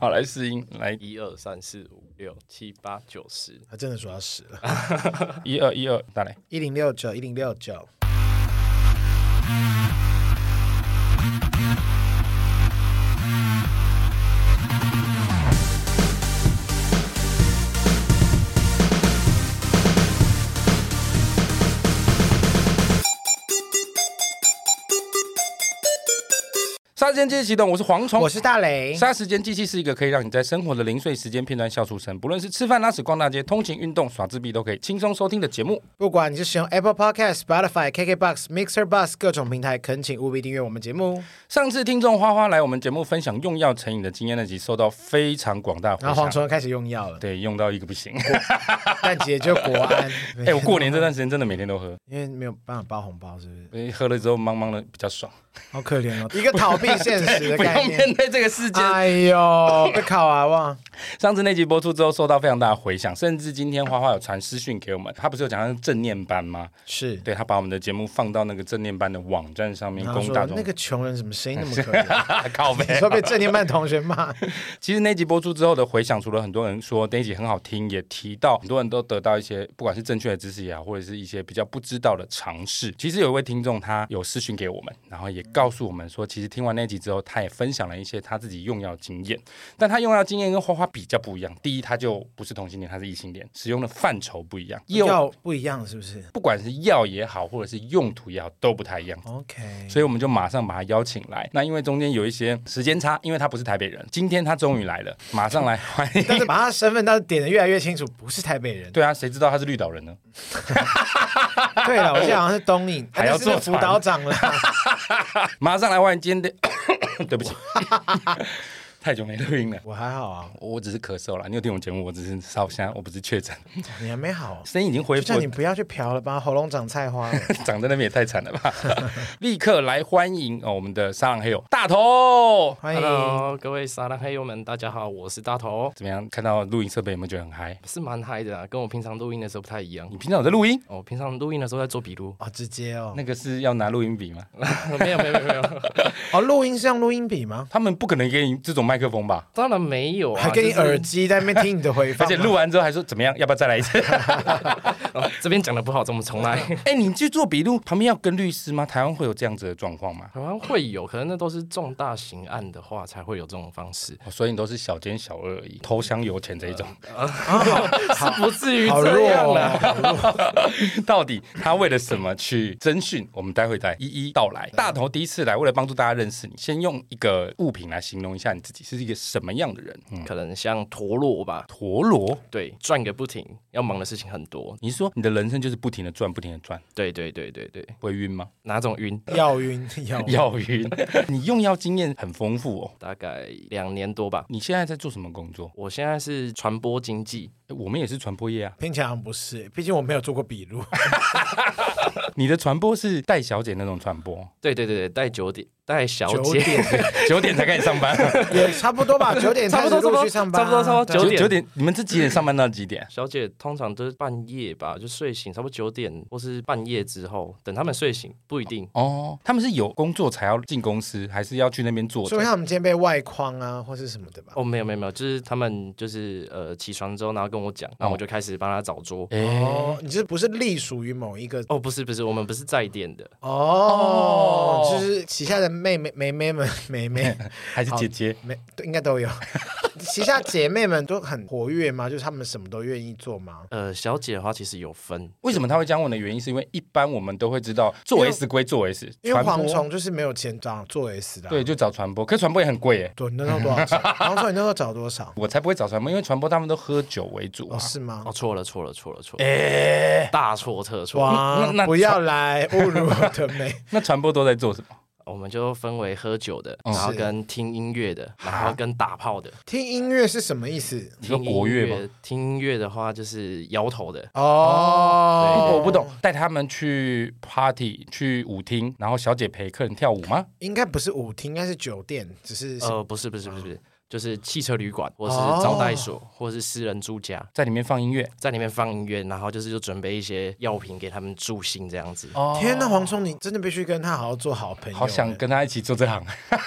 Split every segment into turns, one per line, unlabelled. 好，来试音，来
一二三四五六七八九十，
他真的说要死了。
一二一二，打来。
一零六九一零六九，
杀时间机器启动，我是蝗虫
我。是大雷。
杀时间机器是一个可以让你在生活的零碎时间片段笑出声，不论是吃饭、拉屎、逛大街、通勤、运动、耍自闭，都可以轻松收听的节目。
不管你是使用 Apple Podcast、Spotify、KKBox、Mixer、Bus 各种平台，恳请务必订阅我们节目。
上次听众花花来我们节目分享用药成瘾的经验那集，受到非常广大
然
回
后蝗
响。
虫开始用药了，
对，用到一个不行。
但姐就国安。
哎、我过年这段时间真的每天都喝，
因为没有办法包红包，是不是？
呃喝了之后茫茫的比较爽，
好可怜 哦，一个逃避现实的
不要
概
面
念。
对这个世界。
哎呦，被考啊娃娃，
上次那集播出之后，受到非常大的回响，甚至今天花花有传私讯给我们，他不是有讲他是正念班吗？
是。
对他把我们的节目放到那个正念班的网站上面
然后
供
说
大众。
那个穷人怎么声音那么可 怜？
靠背
你说被正念班同 学骂，
其实那集播出之后的回响，除了很多人说那集很好听，也提到很多人都得到一些不管是正确的知识也好，或者是一些比较不知道的尝试。其实有一位听众他有私讯给我们，然后也告诉我们说，其实听完那集之后，他也分享了一些他自己用药经验。但他用药经验跟花花比较不一样，第一他就不是同性恋，他是异性恋，使用的范畴不一样，药
药不一样是不是
不管是药也好，或者是用途也好，都不太一样。
？OK，
所以我们就马上把他邀请来。那因为中间有一些时间差，因为他不是台北人，今天他终于来了，马上来欢迎。
但是把他身份倒是点的越来越清楚，不是台北人。
对啊，谁知道他是绿岛人呢？
对了，我记得好像是东影，哎
还要
但是那
坐
辅
船
导长了。
马上来欢迎今天的，对不起， 太久没录音了。
我还好啊，
我只是咳嗽了，你有听我节目，我只是烧香，我不是确诊，
你还没好，
声音已经恢
就
复
叫你，不要去嫖了吧，喉咙长菜 花了。
长在那边也太惨了 吧！立刻来欢迎哦，我们的沙朗黑友大头，
欢迎，
Hello，各位撒浪嘿友们，大家好，我是大头，
怎么样？看到录音设备有没有觉得很嗨？
是蛮嗨的啊，跟我平常录音的时候不太一样
你。平常有在录音？
我、平常录音的时候在做笔录
哦，直接哦，
那个是要拿录音笔吗？
没有没有没有没有，
哦，录音是用录音笔吗？
他们不可能给你这种麦克风吧？
当然没有啊，
还给你
就是
耳，机在那边听你的回
而
放吗，
且录完之后还说怎么样？要不要再来一 次？
哦这边讲的不好，怎么重来？
哎、你去做笔录，旁边要跟律师吗？台湾会有这样子的状况吗？
好像会有，可能那都是重大刑案的话才会有这种方式，
哦所以你都是小奸小恶而已， 偷香油钱这一种。
是不至于
好
这
弱
样啦。
哦。
到底他为了什么去征讯？我们待会再一一道来。大头第一次来，为了帮助大家认识你，先用一个物品来形容一下你自己是一个什么样的人。嗯，
可能像陀螺吧，
陀螺。
对，转个不停，要忙的事情很多。
你是说你的人生就是不停的转，不停的转，
对对对对对，
会晕吗？
哪种晕？
要晕 要 晕，
要晕。你用药经验很丰富哦。
大概两年多吧。
你现在在做什么工作？
我现在是传播经济，
诶我们也是传播业啊。
听起来好像不是，毕竟我没有做过笔录。
你的传播是带小姐那种传播，
对对对对，带九点带小
九
姐，
点
九点才开始上 班，
也差不多吧，九点
差
开
不
始
多
陆续上班啊，
差不多差不多
对啊
九
九点
九点，你们是几点上班到几点？
小姐通常都是半夜吧，就睡醒，差不多九点或是半夜之后，等他们睡醒不一定。
哦，他们是有工作才要进公司，还是要去那边做的？
所以像我们今天被外框啊，或是什么的吧。
哦，没有没有没有，就是他们就是呃起床之后，然后跟我讲，然后我就开始帮他找桌。
哎、
哦，你这不是隶属于某一个
哦，不是不是，我们不是在店的，
哦
哦，
就是旗下的妹妹妹妹们妹 妹。
还是姐姐？
没，对应该都有。 旗下姐妹们都很活跃吗？就是她们什么都愿意做吗？
呃，小姐的话其实有分，
为什么他会这样问的原因，是因为一般我们都会知道做
因为
S 归做 S，
因为
传播
蝗虫就是没有钱找做 S 的、啊。
对，就找传播，可是传播也很贵耶。
对，你那时候多少钱？ 蝗虫，你那时候找 多少？
我才不会找传播，因为传播他们都喝酒为主啊
哦，。是吗
哦，？错了错了错了错了，
哎、
大错特错。
那
哇
那，
不要来侮辱我的美。
那传播都在做什么？
我们就分为喝酒的，
嗯
然后
是
跟听音乐的，然后跟打炮的。
听音乐是什么意思？
你说国乐吗？
吗？听音乐的话就是摇头的，
哦，
我不懂，带他们去 party 去舞厅，然后小姐陪客人跳舞吗？
应该不是舞厅，应该是酒店，只是
哦
啊哦
呃，不是不是不是，就是汽车旅馆，或是招待所，或是私人住家，
在里面放音乐，
在里面放音乐，然后就是就准备一些药品给他们助兴这样子。
天呐，黄聪，你真的必须跟他好好做好朋友。欸
好想跟他一起做这行，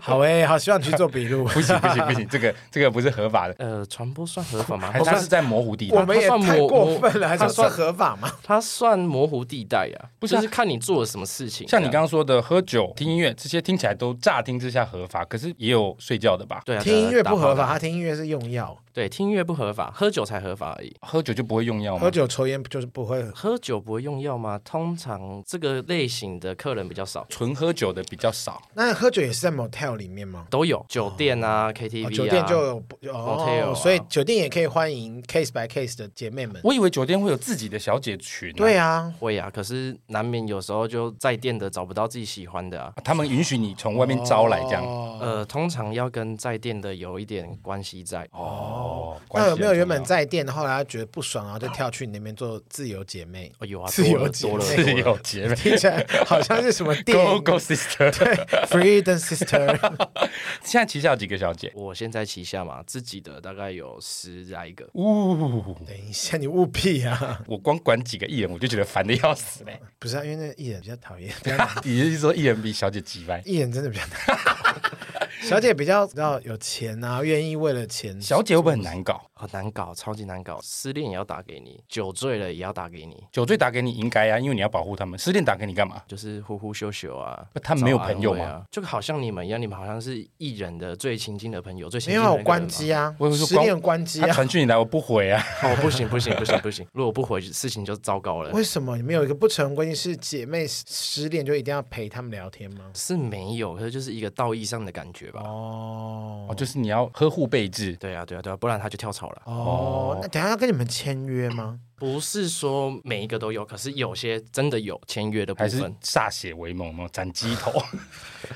好哎、好希望你去做笔录。
不行不行不行，这个这个不是合法的，
呃，传播算合法吗？
还是他是在模糊地
哦我
带。
们也
他算
太
我
过分了，
我
还是算合法吗？
它算模糊地带呀、
不
不
是
是、
啊
就是看你做了什么事情。
像你
这
刚
样
刚说的喝酒、听音乐这些，听起来都乍听之下合法，可是也有睡觉的吧？
对啊，
听音乐不
打
合
炮
法，
的啊，
他听音乐是用药，
对，听音乐不合法，喝酒才合法而已。
喝酒就不会用药吗
喝？酒抽烟就是不会。
喝酒不会用药吗？通常这个类型的客人比较少，
纯喝酒的比较少，
那喝酒也是在 motel 里面吗？
都有酒店啊、KTV
哦
啊。
酒店就有不哦
motel 啊
所以酒店也可以欢迎 case by case 的姐妹们。
我以为酒店会有自己的小姐群、
对
啊。
啊，
会啊，可是难免有时候就在店的找不到自己喜欢的啊。
他们允许你从外面招来这样
哦
呃，通常要跟在店的有一点关系在，
哦。关系
那有没有
很
原
重
本
要
在店，后来他觉得不爽，然后就 跳去你那边做自由姐妹？
哦，有啊，
自由
多了
姐
多了
妹
是
多了
有姐妹
听起来好像是什么 电
，Go
影
Go Sister。
Freedom Sister。
现在旗下有几个小姐？
我现在旗下嘛，自己的大概有十来个，
呜，
等一下，你务必啊！
我光管几个艺人，我就觉得烦的要死嘞。
不是啊，因为那艺人比较讨厌，
你是说艺人比小姐急掰？
艺人真的比较讨厌。小姐比较比较有钱啊，愿意为了钱。
小姐会不会很难搞？
很难搞，超级难搞。失恋也要打给你，酒醉了也要打给你，
酒醉打给你应该啊，因为你要保护他们。失恋打给你干嘛？
就是呼呼羞羞啊
不。他们没有
找安慰
朋友吗
啊？就好像你们一样，你们好像是艺人的最亲近的朋友，最亲
没
近
有
的那
啊我
个人
关
嘛
机啊
我有，时候
失恋关机
他
啊。
传讯你来，我不回啊。
哦，不行不行不行不行，如果不回，事情就糟糕了。
为什么你们有一个不成文规定是姐妹失恋就一定要陪她们聊天吗？
是没有，可是就是一个道义上的感觉吧。
哦
哦，就是你要呵护备至。
对啊对啊对啊，不然他就跳槽了。
哦，那等一下要跟你们签约吗？
不是说每一个都有，可是有些真的有签约的部
还是
分。
歃血为盟吗？斩鸡 头，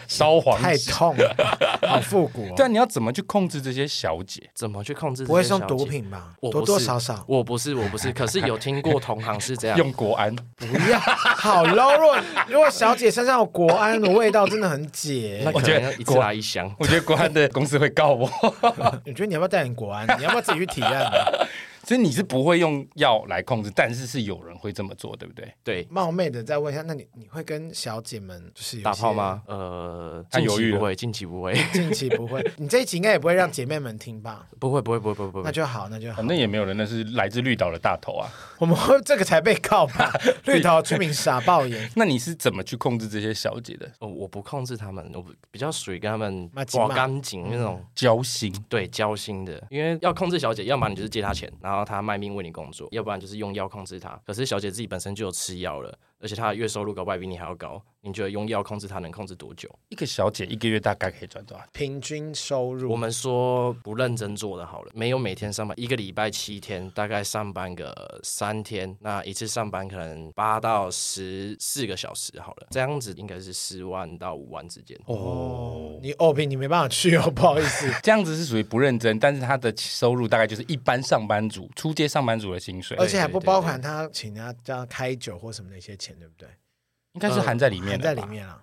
烧黄
太
纸。
痛了， 好复古、哦。
但你要怎么去控制这些小姐？
怎么去控制？
不会是用毒？品吧？
我
多
不
多
是
少少。
我不是我不是，可是有听过同行是这
啊
样。
用国安，
不要，好 low。如果如果小姐身上有国安的味道，真的很
那
解。
可
我觉得
能要一次
国
来一箱。
我觉得国安的公司会告我。
你觉得你要不要带点国安？你要不要自己去体验啊？
所以你是不会用药来控制，但是是有人会这么做，对不对？
对，
冒昧的再问一下，那你你会跟小姐们就是有一些
打炮？吗？呃，
他
近
犹豫
期
了
不会，近期不会，
近期不会，你这一集应该也不会让姐妹们听吧？
不会，不会，不会，不会，不
那
会。
就好，那就好
反。正也没有哦人，那是来自绿岛的大头啊。
我们会这个才被告吧？绿岛居民傻爆眼，
那你是怎么去控制这些小姐的
呃，我不控制他们，我不比较属于跟他们
骂几骂
刮干净那
嗯
种，
交心？
对，交心的。因为要控制小姐，要么你就是借她钱，然后她卖命为你工作，要不然就是用药控制她。可是小姐自己本身就有吃药了，而且她的月收入搞不好比你还要高，你觉得用药控制她能控制多久？
一个小姐一个月大概可以赚多少？
平均收入
我们说不认真做的好了，没有每天上班，一个礼拜七天，大概上班个三天，那一次上班可能八到十四个小时好了，这样子应该是四万到五万之间。
哦，你哦，平你没办法去哦，不 好意思。
这样子是属于不认真，但是她的收入大概就是一般上班族、出街上班族的薪水，
而且还不
对对
包含他请他叫他开酒或什么那些钱，对不对？
应该是含在里面
嗯含
的
在
吧
里。面啊了，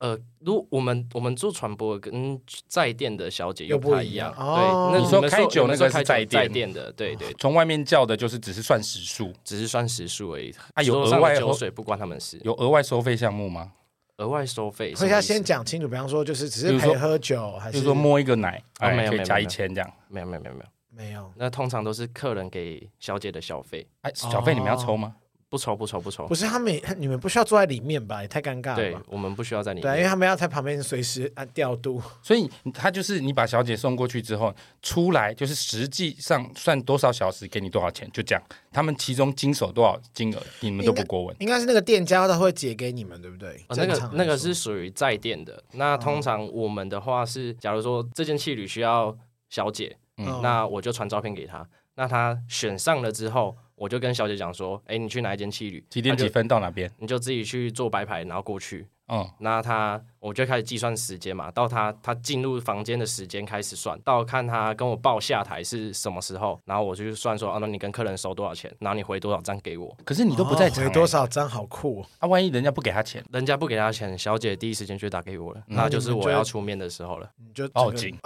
呃，如我们我们做传播跟在店的小姐
又
又
不
不太
一
一
样
样，
哦
对，那
你说
们
开酒
你们
那个
说开
是在店
在店的，对对，
从外面叫的就是只是算时数，
只是算时数而已。
啊有
桌上
额外
的酒
后
水不关他们事，
有额外收费项目吗？
额外收费。什
所以
么
要
意思
先讲清楚，比方说就是只
比
是
如说
陪喝酒，还
就是是说摸一个奶，
哦
哎
没
可
有没
以
有
加
没
一
有
千这样。
没有没有没有没有，
没有
那通常都是客人给小姐的小费，
哎，小费你们要
哦
抽吗？
不愁不愁不愁
不。是他们 也你们不需要坐在里面吧？也太尴尬了
对
吧？，
我们不需要在里
对啊，因为
面。
他们要在旁边随时按调度，
所以他就是你把小姐送过去之后，出来就是实际上算多少小时给你多少钱，就这样。他们其中经手多少金额，你们都不过问。
应该是那个店家他会解给你们，对不对？
呃那
正常
个那
来
个
说哦
是属于在店的。那通常我们的话是，假如说这件器旅需要小姐，
嗯
那我就传照片给她。那她选上了之后，我就跟小姐讲说：“哎，你去哪一间器旅？
几点
她就
几分到哪边？
你就自己去做白牌，然后过去。
嗯，
那他我就开始计算时间嘛，到他他进入房间的时间开始算，到看他跟我报下台是什么时候，然后我就去算说，哦、那你跟客人收多少钱，然后你回多少张给我。
可是你都不在场、欸
哦回多少张好酷哦、
啊？万一人家不给他钱，
人家不给他钱，小姐第一时间就打给我了，
嗯
那就是我要出面的时候了。
你就
报
整个
警，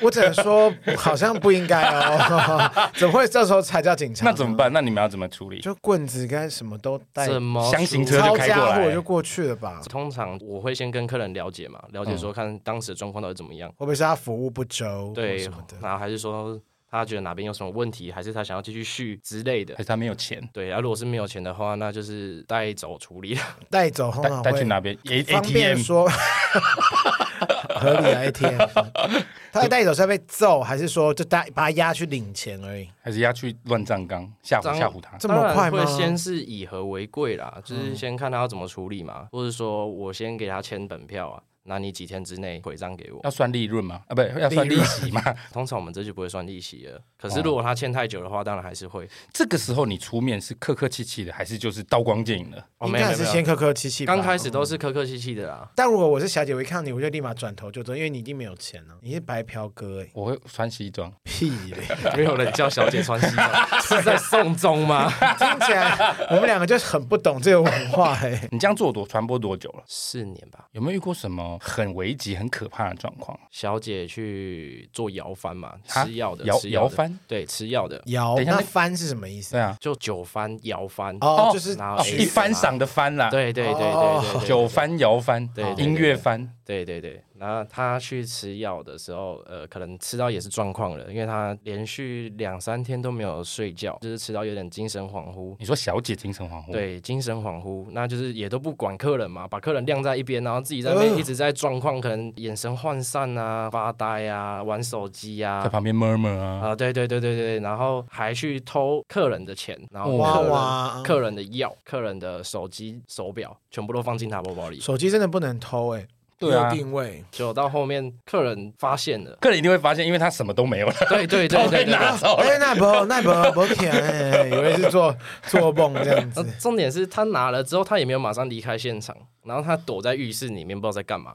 我只能说好像不应该 哦，怎么会这时候才叫警察？
那怎么？办？那你们要怎么处理？
就棍子该什么都带，
怎么
箱型车
抄
就开过
家
来
伙就过去了吧？
通常我会先跟客人了解嘛，
嗯
了解说看当时的状况到底怎么样，
会不会是他服务不周？或
对
嗯什么的，。
然后还是说他觉得哪边有什么问题，还是他想要继续续之类的
还。是他没有钱？
对，啊然、后如果是没有钱的话，那就是带走处理。
带走后
带
呢？
带去哪边？A
方便
ATM
说 合理的啊 ATM，他带走是要被揍，还是说就带把他押去领钱而已？
还是要去乱葬岗吓唬
张
吓唬他？
这么快
当
吗嗯
然？会先是以和为贵啦，就是先看他要怎么处理嘛，或者说我先给他签本票啊，那你几天之内回账给我。
要算利润吗？啊，不，要算利息吗？
通常我们这就不会算利息了，可
哦
是如果他欠太久的话，当然还是会。
这个时候你出面是客客气气的，还是就是刀光剑影的？
哦，
应
没
该
有
还
没有
是
没有
先客客气气吧。
刚开始都是客客气气的啦。
但如果我是小姐，我一看到你，我就立马转头就走，因为你一定没有钱呢、你是白嫖哥哎、
我会穿西装，
屁嘞！
没有人叫小姐穿西装，是在送终吗？
听起来我们两个就是很不懂这个文化哎、
你这样做多传播多久了？
四年吧，
有没有遇过什么很危急、很可怕的状况？
小姐去做摇幡嘛，
啊
吃药的，
摇
吃药的
摇幡，
对，吃药的，
摇
等一下
那
那
翻是什么意思？
对啊，
就酒幡、摇幡，
哦，
哦就是
然后
哦
哎
一翻赏的翻啦，
对对对
哦
对对对，
酒翻摇翻
对对，对
音乐翻，
对对对，然后他去吃药的时候，呃，可能吃到也是状况了，因为他连续两三天都没有睡觉，就是吃到有点精神恍惚。
你说小姐精神恍惚，，
对，精神恍惚，那就是也都不管客人嘛，把客人晾在一边，然后自己在那边
嗯
呃
一直在状况，可能眼神涣散啊、发呆啊、玩手机
在
啊，
旁边 murmur 啊，
啊，对对对对对，然后还去偷客人的钱，然后
哇
客人
哇！
客人的药、客人的手机、手表，全部都放进他包包里。
手机真的不能偷哎、
对啊
没有定位。
就到后面客人发现了，
客人一定会发现，因为他什么都没有了，
对对对对啊对。
拿走了。
哎，那不那不不甜 哎，以为是做做梦这样
那
子。
重点是他拿了之后，他也没有马上离开现场，然后他躲在浴室里面，不知道在干嘛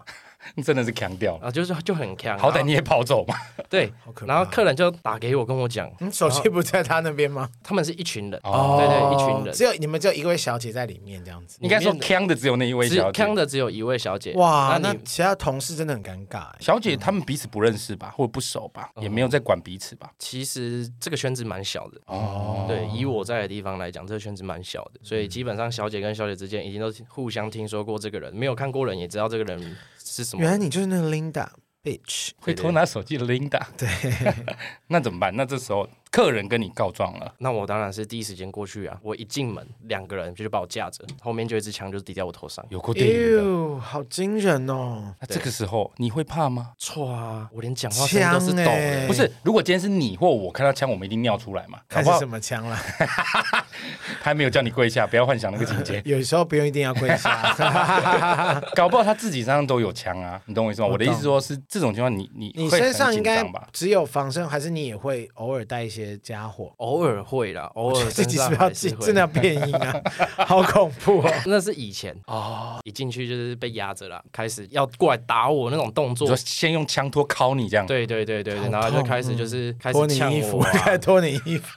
真的是强掉了。
啊，就是就很强。
好歹
然
你也跑走嘛，
后对
好可，怕
然后客人就打给我跟我讲，
嗯，手机不在他那边吗？
他们是一群人，
哦
对对，一群人
只，有你们只有一位小姐在里面这样子。
应该说
里面的
强的只有那一位
只
小姐
坑。的只有一位小姐。
哇，
那
那
你
其他同事真的很尴尬哎。
小姐他们彼此不认识吧，或者不熟吧，也没有在管彼此吧。
其实这个圈子蛮小的，
哦，嗯
对，以我在的地方来讲，这个圈子蛮小的，所以基本上小姐跟小姐之间已经都互相听说过这个人，没有看过人也知道这个人是什么
原来
人。
你就是那个 Linda bitch。
会偷拿手机的 Linda。对， 那怎么办？那这时候客人跟你告状了，
那我当然是第一时间过去啊！我一进门，两个人就是把我架着，后面就一支枪就是抵在我头上。
有过电影的。
哎呦，好惊人哦！
那这个时候你会怕吗？
错啊！我连讲话声音都是抖
枪欸
的，
不是，如果今天是你或我看到枪，我们一定尿出来嘛。搞
看
不
是
好
什么枪啦？。
他没有叫你跪下，不要幻想那个情节
有时候不用一定要跪 下，
搞不好他自己身上都有枪啊，你懂我意思吗？
我
我的
懂
意思说是这种情况，你你
你
会
身
很
上应
紧
该
张吧？
只有防身，还是你也会偶尔带一些 家伙？
偶尔会啦，偶尔
这
身
集是
上
不是要
还
记
是
真的要
会。
变音啊，好恐 怖哦！
那是以前哦，一进去就是被压着啦，开始要过来打我那种动
你
作
说。先用枪托敲你这样，
对对对对对，
好
然后就
痛嗯
开始就是开
脱
始
你
呛
衣服
我、，啊，
脱你衣服，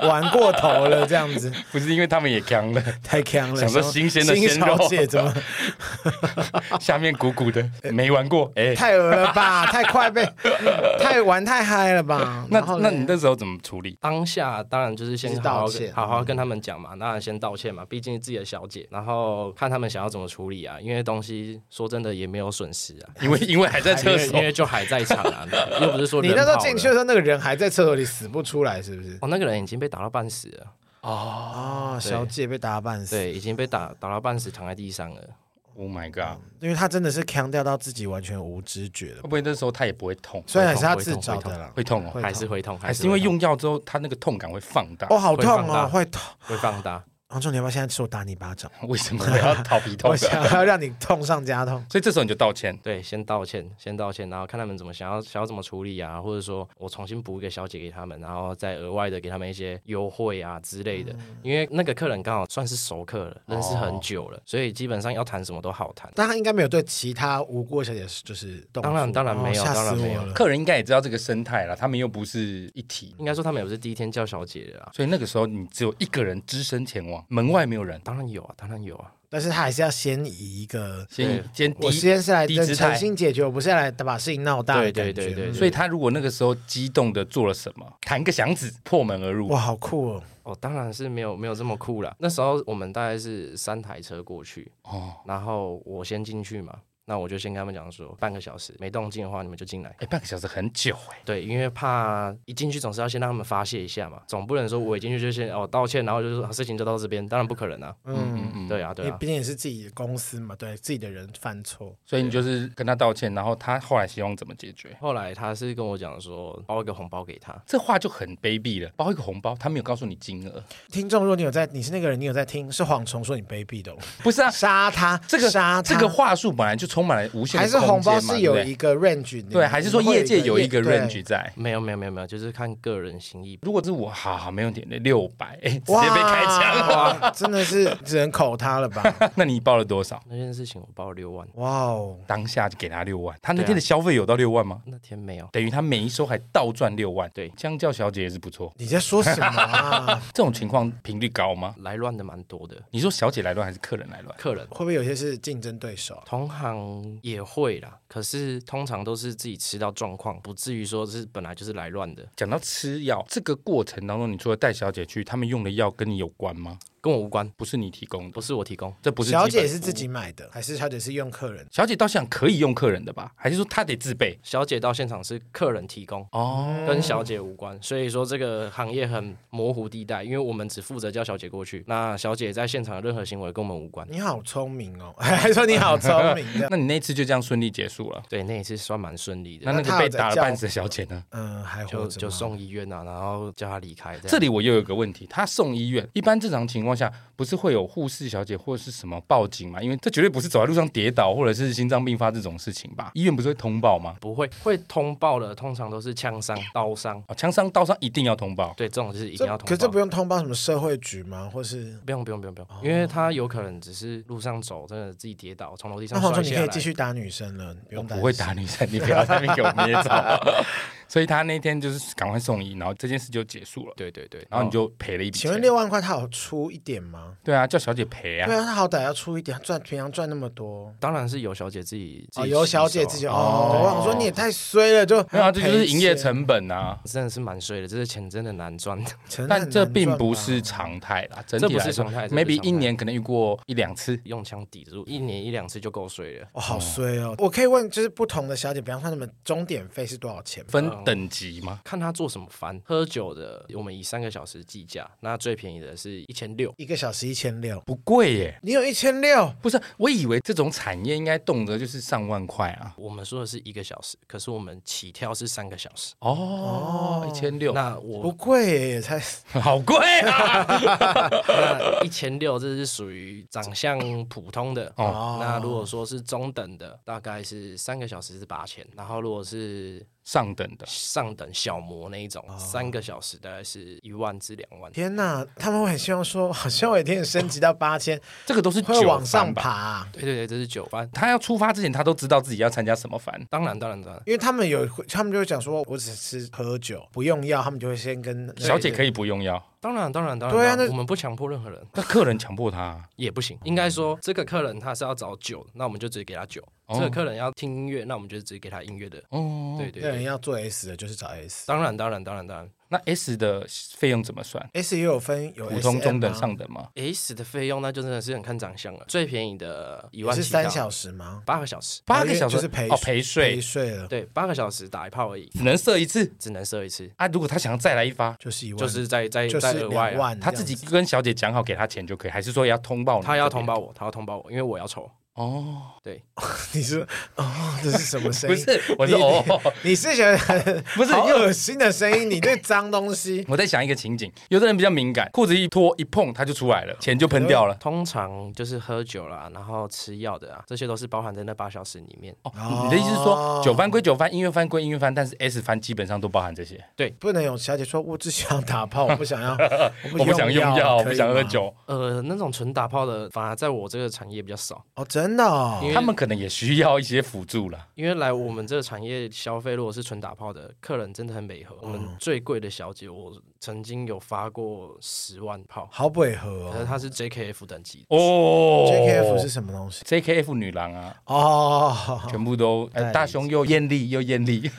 玩过头了，这样子
不是因为他们也枪了，
太强了。
想说
什么
新鲜的
新
鲜肉
小姐怎么
下面鼓鼓的，
呃
没玩过，哎、
太恶了吧？太快 被太玩太嗨了吧？
那
然后
那
嘞
你那时候怎么处理？
当下当然就是先
就是
好好
道歉
跟好好跟他们讲嘛，当然先道歉嘛，毕竟是自己的小姐，然后看他们想要怎么处理啊，因为东西说真的也没有损失啊，
因 为因为还在
因
厕
为因
所，
为就还在场啊，又不是说
你
人
那时候
跑
进
了
去的时候，那个人还在厕所里死不出来，是不是？
哦，那个人已经被打到半死了，
哦，小姐被打扮死，
对，已经被打打到半死，躺在地上了。
Oh my god！
因为她真的是强调到自己完全无知觉
会
了，
不会那时候他也不会痛？
虽然也是她自找的啦。
会痛哦，
会
还是会痛，
还
是
是因为
会
用药之后他那个痛感会放大？
哦，好痛
会放
哦，
大
会痛。
痛会放大，
黄仲，你要不要现在说我打你巴掌？
为什么我要逃 避痛啊
我？想要让你痛上加痛。
所以这时候你就道歉，
对，先道歉，先道歉，然后看他们怎么想要想要怎么处理啊，或者说我重新补一个小姐给他们，然后再额外的给他们一些优惠啊之类的。因为那个客人刚好算是熟客了，认识很久了，所以基本上要谈什么都好谈。
但他应该没有对其他无辜的小姐就是动粗
当然当然没有
哦吓
当然
死
没
我
有
了。
客人应该也知道这个生态了，他们又不是一体，
应该说他们也不是第一天叫小姐的啦，
所以那个时候你只有一个人只身前往，门外没有人，
当然有啊，当然有啊。
但是他还是要先以一个，
先先低
我今天是来
低
真
姿
诚
态
心解决，我不是来把事情闹大的
对对
感觉嗯
对对
所以他如果那个时候激动的做了什么，弹个响指破门而入
哇，，好酷哦！
哦，当然是没有没有这么酷啦。那时候我们大概是三台车过去，
哦，
然后我先进去嘛，那我就先跟他们讲说，半个小时没动静的话，你们就进来。
哎，半个小时很久哎，
对，因为怕一进去总是要先让他们发泄一下嘛，总不能说我一进去就先哦道歉，然后就说、啊事情就到这边，当然不可能啊。
嗯，
嗯
对啊，
因
对
为
啊，
毕竟也是自己的公司嘛，对自己的人犯错，
所以你就是跟他道歉，然后他后来希望怎么解决？
后来他是跟我讲说包一个红包给他，
这话就很卑鄙了，包一个红包，他没有告诉你金额，
听众，如果你有在，你是那个人，你有在听，是蝗虫说你卑鄙 的哦，
不 是啊，
杀他，
这个
杀他，
这个话术本来就充满了无限
还
的
是红包
空间嘛
是有
对不
一个 range，
对对，还是说业界有一个 range 在？
没有没有没有没有，就是看个人心意。
如果是我，好好没问题，那六百，哎，直接
哇
被开枪，
哇，真的是只能口他了吧？
那你报了多少？
那件事情我包六万，
哇哦，
当下就给他六万，他那
对啊
天的消费有到六万吗？
那天没有。
等于他每一收还倒赚六万，
对
江教小姐也是不错。
你在说什么啊？
这种情况频率高吗？
来乱的蛮多的，
你说小姐来乱还是客人来乱？
客人
会不会有些是竞争对手？
同行也会啦，可是通常都是自己吃到状况，不至于说是本来就是来乱的，
讲到吃药这个过程当中，你除了带小姐去，他们用的药跟你有关吗？
跟我无关，
不是你提供的，
不是我提供。
这不是
小
基本
姐是自己买的，还是小姐是用客人？
小姐到现场可以用客人的吧？还是说她得自备？
小姐到现场是客人提供，
哦，
跟小姐无关，所以说这个行业很模糊地带，因为我们只负责叫小姐过去，那小姐在现场的任何行为跟我们无关。
你好聪明哦， 还说你好聪明 这样。
那你那次就这样顺利结束了？
对，那一次算蛮顺利
那那
的，
那
个
她
被
有在
打了
叫
半死的小姐呢？
嗯，还活
就
着
就
吗
送医院啊，然后叫她离开这样。
这里我又有个问题，她送医院，一般正常情况下不是会有护士小姐或者是什么报警吗？因为这绝对不是走在路上跌倒或者是心脏病发这种事情吧？医院不是会通报吗？
不会会通报的，通常都是枪伤、刀伤，
哦，枪伤、刀伤一定要通报。
对，这种就是一定要
这
通
可是这不
报。
用通报什么社会局吗？或是
不用不用不用不用，因为她有可能只是路上走，真的自己跌倒，从楼梯
那
上
黄
摔
总你
下来
可以。继续打女生了，不
我
用担
不会
心
打。女生，你不要在那边给我捏造。 所以他那天就是赶快送医，然后这件事就结束了，
对对对，
然后你就赔了一笔
请
钱
问。六万块他有出一点吗？
对啊，叫小姐赔啊
对。啊，他好歹要出一点，他赚平常赚那么多。
当然是有小姐自己自
哦，
己
有
吸
小姐
收
自己
啊
哦，我想说你也太衰了，就
没有啊，这就是营业
赔钱，
成本啊。
真的是蛮衰的，这些钱真的难赚。
承认
但
很
这
难
并
赚
不
吧
是常态啦，整
啊这
体
不
来
是
说
常态这不是
，maybe
常态
一年可能遇过一两次。
用枪抵住，一年一两次就够睡了。
哦，好衰哦！我可以问，就是不同的小姐，比方说你们钟点费是多少钱吗？
分
嗯
等级吗？
看他做什么番，喝酒的我们以三个小时计价，那最便宜的是一千六。
一个小时一千六，
不贵耶，
你有一千六，
不是，我以为这种产业应该动辄就是上万块啊。
我们说的是一个小时，可是我们起跳是三个小时。
哦，一千六，
那
不
我
贵耶，也才
好贵啊！
那一千六，这是属于长相普通的
哦
哦。那如果说是中等的，大概是三个小时是八千，然后如果是
上等的，
上等小模那一种，
哦
三个小时大概是一万至两万。
天哪！他们会很希望说，好像我一天升级到 八千，
这个都是
会
酒
往上
翻吧
爬。啊
对对对，这是酒番。
他要出发之前，他都知道自己要参加什么番。
当然当然当然，
因为他们有，他们就会讲说，我只吃喝酒，不用药，他们就会先跟那
小姐可以不用药，
当然当然当然，
对啊
当然
那
我们不强迫任何人。
那客人强迫他啊，
也不行，应该说这个客人他是要找酒，那我们就直接给他酒；
哦
这个客人要听音乐，那我们就直接给他音乐的。
哦，
对对
那人
对，
要做 S 的，就是找 S。
当然当然当然当然
那 S 的费用怎么算？
S 也有分有
普通、
SM
中等、
吗
上等吗？
，S 的费用那就真的是很看长相了，最便宜的一
也
万
是
起跳
三小时吗？啊
八个小时，
八个小时
就是陪
哦，陪
陪
睡
睡了，
对，八个小时打一炮而已，
只能射一次
只能射一次，
啊。如果他想要再来一发，
就是一万，
就是在在
就
在
是
额
两
外啊、
万这样子，
他自己跟小姐讲好给他钱就可以，还是说也要通报你？
他要通报我，他要通报我，因为我要抽。
哦，
对，
你说哦，这是什么 声
不
音？
是，我
你
是哦，
你你是觉得
不是
好
因为
恶心的声音？你对脏东 西
我在想一个情景，有的人比较敏感，裤子一脱一碰，它就出来了，钱就喷掉了。
通常就是喝酒啦，然后吃药的啊，这些都是包含在那八小时里面。
哦，你的意思是说，酒翻归酒翻，音乐翻归音乐翻，但是 S 翻基本上都包含这些。
不能有小姐说，我只想打炮，我不想 要，
我不想用药，我
可
不
以
想喝
吗。
酒，
呃，那种纯打炮的，反而在我这个产业比较少，
哦，真的哦
因为
他们可能也需要一些辅助啦。
因为来我们这个产业消费，如果是纯打炮的客人，真的很美和。我们
嗯
最贵的小姐，我曾经有发过十万炮，
好违和
可是
哦。
她是 JKF 等级的。
哦
JKF 是什么东西？
JKF 女郎啊，
哦，
全部都呃
对
大胸又艳丽又艳丽，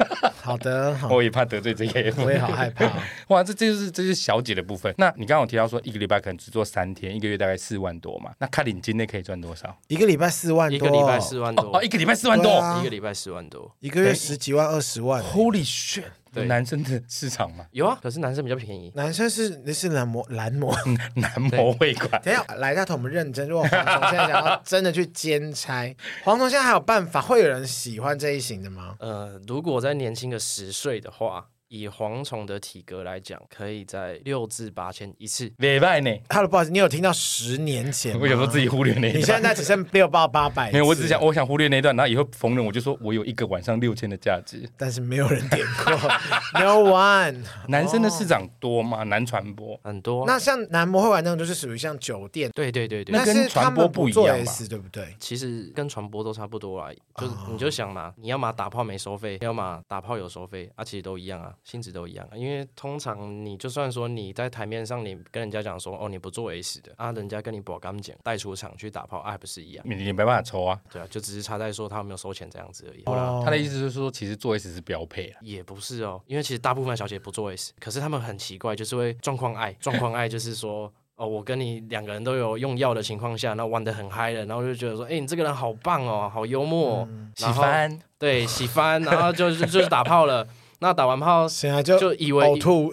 好的， 好，
我也怕得罪 JKF。
哦我也好害怕哦。
哇，这这就是这就是小姐的部分。那你刚刚有提到说，一个礼拜可能只做三天，一个月大概四万多嘛？那看你今天可以赚多少？
一个礼拜四万多，
一个礼拜四万多，
哦哦，一个礼拜四万多
对啊
一个礼拜四万多。
一个月十几万、二十万。
，Holy shit！
对
男生的市场嘛，
有啊，可是男生比较便宜。
男生是你是男模，男模。
嗯
男模会馆。
等一下，来大头，我们认真。如果黄总现在想要真的去兼差，黄总现在还有办法，会有人喜欢这一型的吗？
呃，如果在年轻个十岁的话，以蝗虫的体格来讲，可以在六至八千一次。
礼拜呢？
h e 不好意思，你有听到十年前吗？
我有时候自己忽略那一
你
段
现在只剩六到八百，
没有，我只想，我想忽略那一段，然后以后逢人我就说我有一个晚上六千的价值。
但是没有人点过 ，No one。
哦
男生的市场多吗？难传播，
很多啊、
那像男模会玩那种，就是属于像酒店，
对对对对，
那
但是
跟传
他
播
们
不一
做
样吧
S 对不对？
其实跟传播都差不多啦，就是你就想嘛，你要嘛打炮没收费，要嘛打炮有收费，啊，其实都一样啊，性质都一样、啊。因为通常你就算说你在台面上，你跟人家讲说，哦，你不做 S 的啊，人家跟你保钢剪带出场去打炮，啊，还不是一样？
你你没办法抽啊。
对啊，就只是差在说他有没有收钱这样子而已。
哦
他的意思就是说，其实做 S 是标配啊。
也不是哦，因为其实大部分小姐不做 S，可是她们很奇怪，就是会状况爱，状况爱就是说。哦，我跟你两个人都有用药的情况下，那玩的很嗨了，然后就觉得说，哎、你这个人好棒哦，好幽默、哦，
嗯
喜
然后
欢
对，洗翻，然后就就就是打炮了。那打完炮
现在就
就以为
呕吐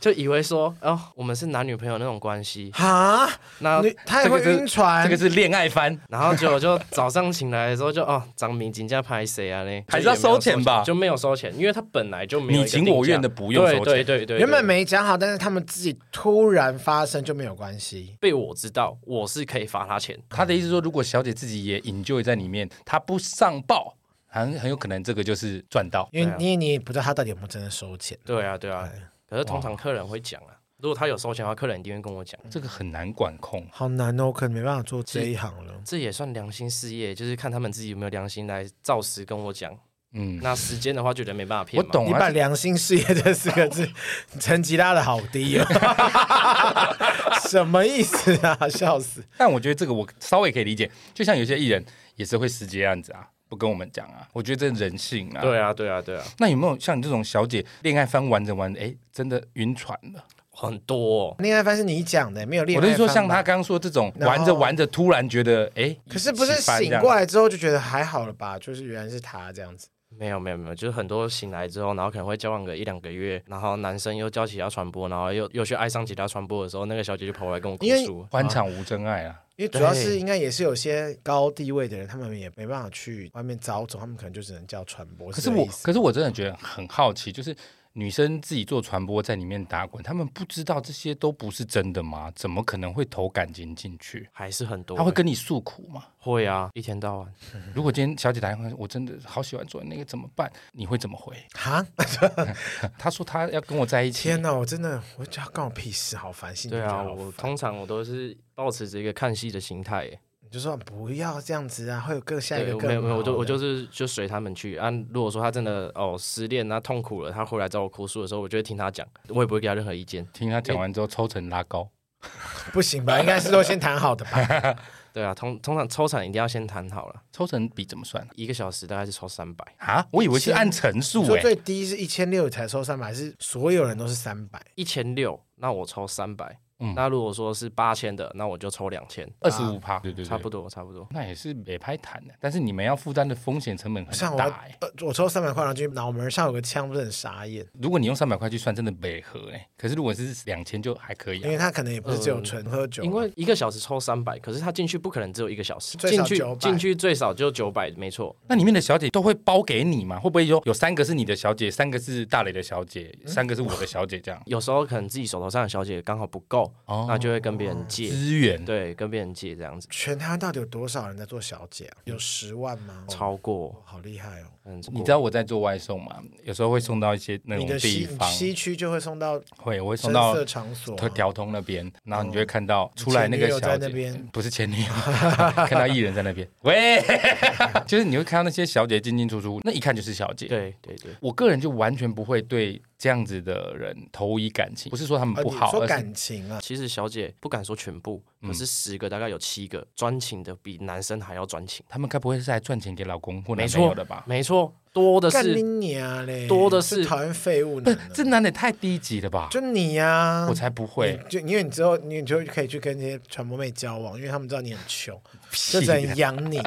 就以为说，哦，我们是男女朋友那种关系。
哈，
那
你他也会
啊这个是
晕船，
这个是恋爱番，
然后结果就早上醒来的时候就哦，张明金价拍谁啊嘞？
还是要收钱吧
就没有收钱，因为他本来就没有
你
一个
情我
定价
愿的不用收钱
对对对对对，
原本没讲好，但是他们自己突然发生就没有关系。
被我知道，我是可以罚他钱。
他的意思是说，如果小姐自己也 enjoy 在里面，她不上报，很很有可能这个就是赚到。
因
对
为
啊
你也你也不知道他到底有没有真的收钱，
对啊对啊，
哎
可是通常客人会讲啊，如果他有收钱的话，客人一定会跟我讲。
嗯
这个很难管控，
好难哦，我可能没办法做这一行了。
这也算良心事业，就是看他们自己有没有良心来照实跟我讲。
嗯，
那时间的话，就觉得没办法骗
我
嘛。
懂
你把
啊，
“良心事业”
啊
这四个字层级拉的好低哦， 什么意思啊？笑死！
但我觉得这个我稍微可以理解，就像有些艺人也是会私接案子啊，不跟我们讲啊，我觉得这人性啊。，
对啊，对啊，对啊，
那有没有像你这种小姐恋爱番玩着玩着，哎，真的晕船了？
很多、哦。
恋爱番是你讲的，没有恋
我
爱番吧。
是说，像他刚刚说这种
然后
玩着玩着，突然觉得哎，
可是不是
喜欢这
醒
样
过来之后就觉得还好了吧？就是原来是他这样子，
没有没有没有，就是很多醒来之后，然后可能会交往个一两个月，然后男生又教其他传播，然后又又去爱上其他传播的时候，那个小姐就跑来跟我哭
因为
诉，
欢场无真爱啊。
因为主要
对
是应该也是有些高地位的人，他们也没办法去外面招走，他们可能就只能叫传播。
可是
这个
我
意，思
可是我真的觉得很好奇，就是女生自己做传播在里面打滚，她们不知道这些都不是真的吗？怎么可能会投感情进去？
还是很多。
她会跟你诉苦吗？
会啊，一天到晚。
如果今天小姐打电话，我真的好喜欢做那个怎么办？你会怎么回？
哈，
她说她要跟我在一起，
天哪，我真的，我觉得干我屁事，好烦心。
对啊，
好烦
我通常我都是保持着一个看戏的心态耶。
你就说不要这样子啊，会有更下一
对，
个
我
更
没有没有，我就
好的
我就是就随他们去。啊，如果说他真的哦失恋啊痛苦了，他回来找我哭诉的时候，我就会听他讲，我也不会给他任何意见。
听她
哎
讲完之后抽成拉高。
不行吧？应该是都先谈好的 吧？
对啊，通通常抽产一定要先谈好了，
抽成比怎么算
一个小时大概是抽三百，
啊？我以为是按成数
你说
哎、
最低是一千六才抽三百，还是所有人都是三百？
一千六，那我抽三百，
嗯
那如果说是八千的，那我就抽两千，
二十五
啊
趴，对对对，
差不多差不多。
那也是北拍谈的，但是你们要负担的风险成本
像
很
我
大哎、
呃，我抽三百块，然后就脑门上有个枪，不是很傻眼？
如果你用三百块去算，真的北合哎、可是如果是两千就还可以、
因为
啊。
他可能也不是只有纯喝酒，
嗯
因为一个小时抽三百，可是他进去不可能只有一个小时，
最少
进去
900
进去最少就九百，没错。
那里面的小姐都会包给你吗？会不会有有三个是你的小姐，三个是大磊的小姐，
嗯
三个是我的小姐 这样？
有时候可能自己手头上的小姐刚好不够，
哦
那就会跟别人借，
资源
对，跟别人借这样子，
全台湾到底有多少人在做小姐啊？
嗯
有十万吗？哦
超过，
好厉害哦！
嗯，
你知道我在做外送嘛？有时候会送到一些那
你
种
的
地
西
方，
西区就会送到
会我会送
深
到
色场所啊、
特调通那边，然后你就会看到出来那个
哦前女友
小
在那
姐，
边，
不是前女友， 看到艺人在那边，喂， 就是你会看到那些小姐进进出出，那一看就是小姐。
对对对，
我个人就完全不会对这样子的人投以感情，不是说他们
呃
不
你
好，
说
而是
感情啊，
其实小姐不敢说全部，
嗯
可是十个大概有七个专情的，比男生还要专情，
他们该不会是来赚钱给老公或男
没
朋友
错
的吧？
没错，多的
干你
是，
娘嘞，
多的
是
是
讨厌废物 男啊，
这男的也太低级了吧？
就你呀、
我才不会，
就因为你之后你就可以去跟这些传播妹交往，因为他们知道你很穷，就
屁
只能养你。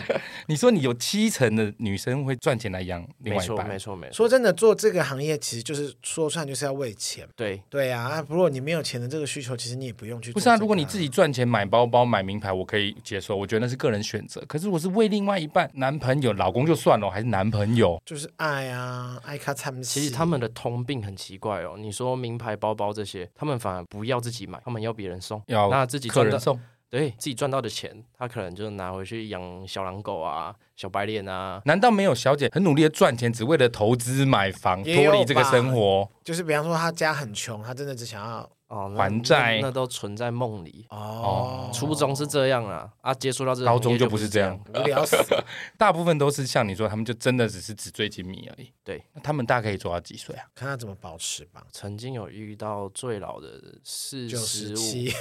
你说你有七成的女生会赚钱来养另
没
外一
错
半
没，错没错，
说真的，做这个行业其实就是说穿就是要为钱。
对，
对呀、啊，如果你没有钱的这个需求，其实你也不用去做
不
这
是
个啊、
啊，如果你自己赚钱买包包、买名牌，我可以接受，我觉得那是个人选择。可是我是为另外一半、男朋友、老公就算了，还是男朋友，
就是爱啊，爱卡他们。
其实他们的通病很奇怪哦，你说名牌包包这些，他们反而不要自己买，他们要别人送，
要
那自己
客
赚
人
的。
送。
对自己赚到的钱，他可能就拿回去养小狼狗啊、小白脸啊，
难道没有小姐很努力的赚钱，只为了投资买房，
也有
脱
吧
离这个生活？
就是比方说他家很穷，他真的只想要
哦，那
还债
那那都存在梦里。
哦，
初中是这样啊，啊，接触到这个
高
行
中
业
就
不
不
是
是这样
样，，
无聊死了。
大部分都是像你说，他们就真的只是只追金迷而已。
对，
那他们大概可以做到几岁啊？
看他怎么保持吧。
曾经有遇到最老的四
九
十五，
十七，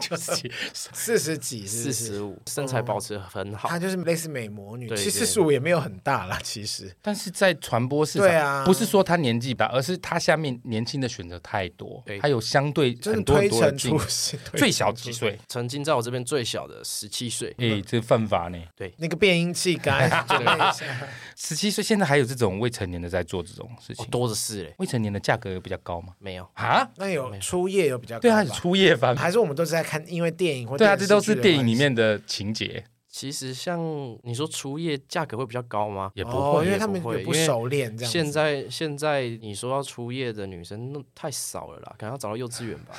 就是几
四十几，
四十。
嗯
五，身材保持很好。
她就是类似美魔女，
对
其实
对
四十五也没有很大啦，其实。
但是在传播市场，
对啊
不是说他年纪大，而是他下面年轻的选择太多
对，
他有相对
真
很
的
多很
推
多的
陈
进
出
步。
新，推
最小几
嗯
岁？
曾经在我这边最小的十七岁，
哎、这犯法呢！
那个变音器该准备一下。
十七岁现在还有这种未成年的在做这种事情，
哦，多的是嘞，
未成年的价格有比较高吗？
没有。
啊，
那有初夜有比较
对啊，
高吧
初夜翻
还是我们都是在看，因为电影或
对啊，
电视
这
剧的
都是电影里面的情节，
其实像你说初夜价格会比较高吗？
也
关
不
系
会。
哦，因为
也
他
不
们
会
也不
因为
熟练这样子。
现在现在你说要初夜的女生那太少了啦，可能要找到幼 稚园吧。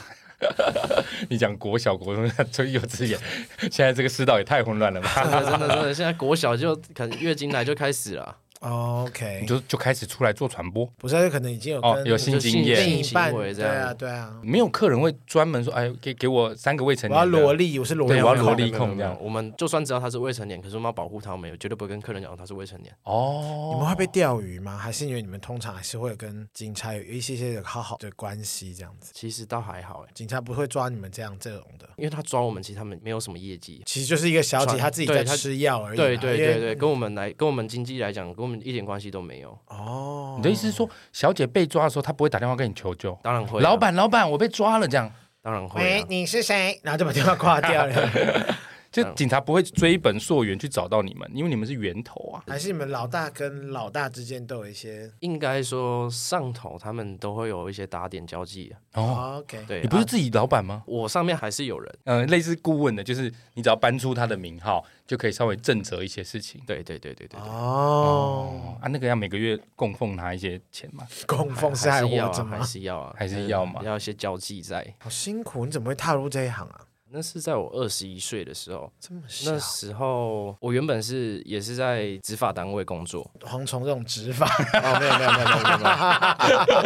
你讲国小、国中、 就幼稚园，现在这个世道也太混乱了吧？
真的 真的真的，现在国小就可能月经来就开始了，
哦
你
OK，
就就开始出来做传播，
不是就可能已经有
哦
跟
有性
就
经验
另
性
一半
行为这
对啊
样。
对啊，
没有客人会专门说，哎，给给我三个未成
我要
年的，
萝莉，我是萝
对
莉，
我要萝
控
莉控
没
这
有，
样
我们就算知道他是未成年，可是我们要保护他，我们也绝对不会跟客人讲他是未成年。
哦，
你们会被钓鱼吗？还是因为你们通常还是会跟警察有一些些的好好的关系这样子？
其实倒还好哎，
警察不会抓你们这样这种的，
因为他抓我们，其实他们没有什么业绩。
其实就是一个小姐
传
她自己在
对她
吃药而已啦。
对对
因为
对对，，跟我们来，跟我们经济来讲，跟我们一点关系都没有。
哦，
你的意思是说，小姐被抓的时候，她不会打电话跟你求救？
当然会啊，
老板，老板，我被抓了，这样
当然会
喂
啊，，
你是谁？然后就把电话挂 掉了。
就警察不会追本溯源去找到你们，因为你们是源头啊。
还是你们老大跟老大之间都有一些
应该说上头他们都会有一些打点交际啊。
哦，
哦 OK？
对，
你不是
啊
自己老板吗？
我上面还是有人。
嗯、类似顾问的，就是你只要搬出他的名号，就可以稍微正责一些事情。
对对对对对，对
哦，
啊，那个要每个月供奉他一些钱 嘛，
供奉是
还
哎还
是要
活着
啊，还
吗？
是要啊，
还是要嘛
要一些交际在。
好辛苦，你怎么会踏入这一行啊？
那是在我二十一岁的时候，
这么小
那，时候我原本是也是在执法单位工作，
蝗虫这种指法，
哦，没有没有没有没有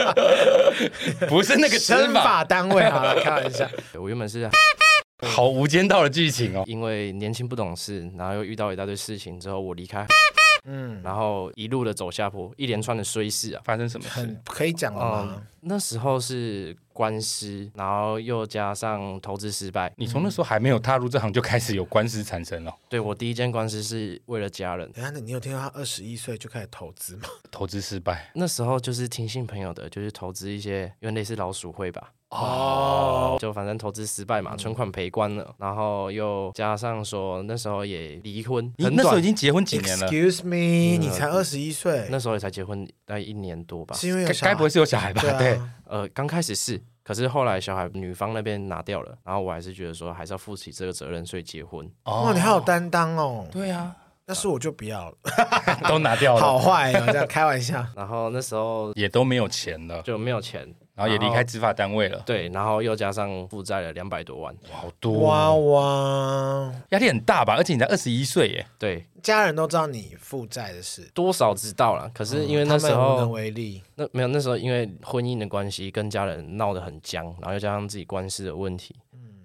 没有没
不是那个吃
身
法，
法单位好了，开玩笑。
有，我原本是
好无间道的剧情哦。
因为年轻不懂事，然后又遇到一大堆事情之后，我 离开，
嗯，
然后一路的走下坡，一连串的衰事啊，嗯
发生什么事？
很可以讲的吗？
那时候是官司，然后又加上投资失败。
你从那时候还没有踏入这行就开始有官司产生了，
对我第一间官司是为了家人，
哎等一下，那你有听到他二十一岁就开始投资吗？
投资失败，
那时候就是听信朋友的，就是投资一些有点类似老鼠会吧。
哦，
就反正投资失
嗯
败嘛，存款赔光了，然后又加上说那时候也离婚，
你
很
那时候已
短，
经结婚几年了，
Excuse me，
嗯
你才二十一岁，
那时候也才结婚大概一年多吧。
是因为有
该
小孩
该不会是有小孩吧？
对啊
对，
呃，刚开始是，可是后来小孩女方那边拿掉了，然后我还是觉得说还是要负起这个责任，所以结婚。
哦
哇，你好有担当哦。
对啊，
那是我就不要了，
都拿掉了，
好坏哦，这样开玩笑。
然后那时候
也都没有钱了，
就没有钱，
然后也离开执法单位了，
对，然后又加上负债了两百多万，
哇好多
哇
哇，
哇，
压力很大吧？而且你才二十一岁耶，
对，
家人都知道你负债的事，
多少知道了。可是因为
嗯
那
他
时
们无能
候、
为力。
那没有那时候因为婚姻的关系跟家人闹得很僵，然后又加上自己官司的问题，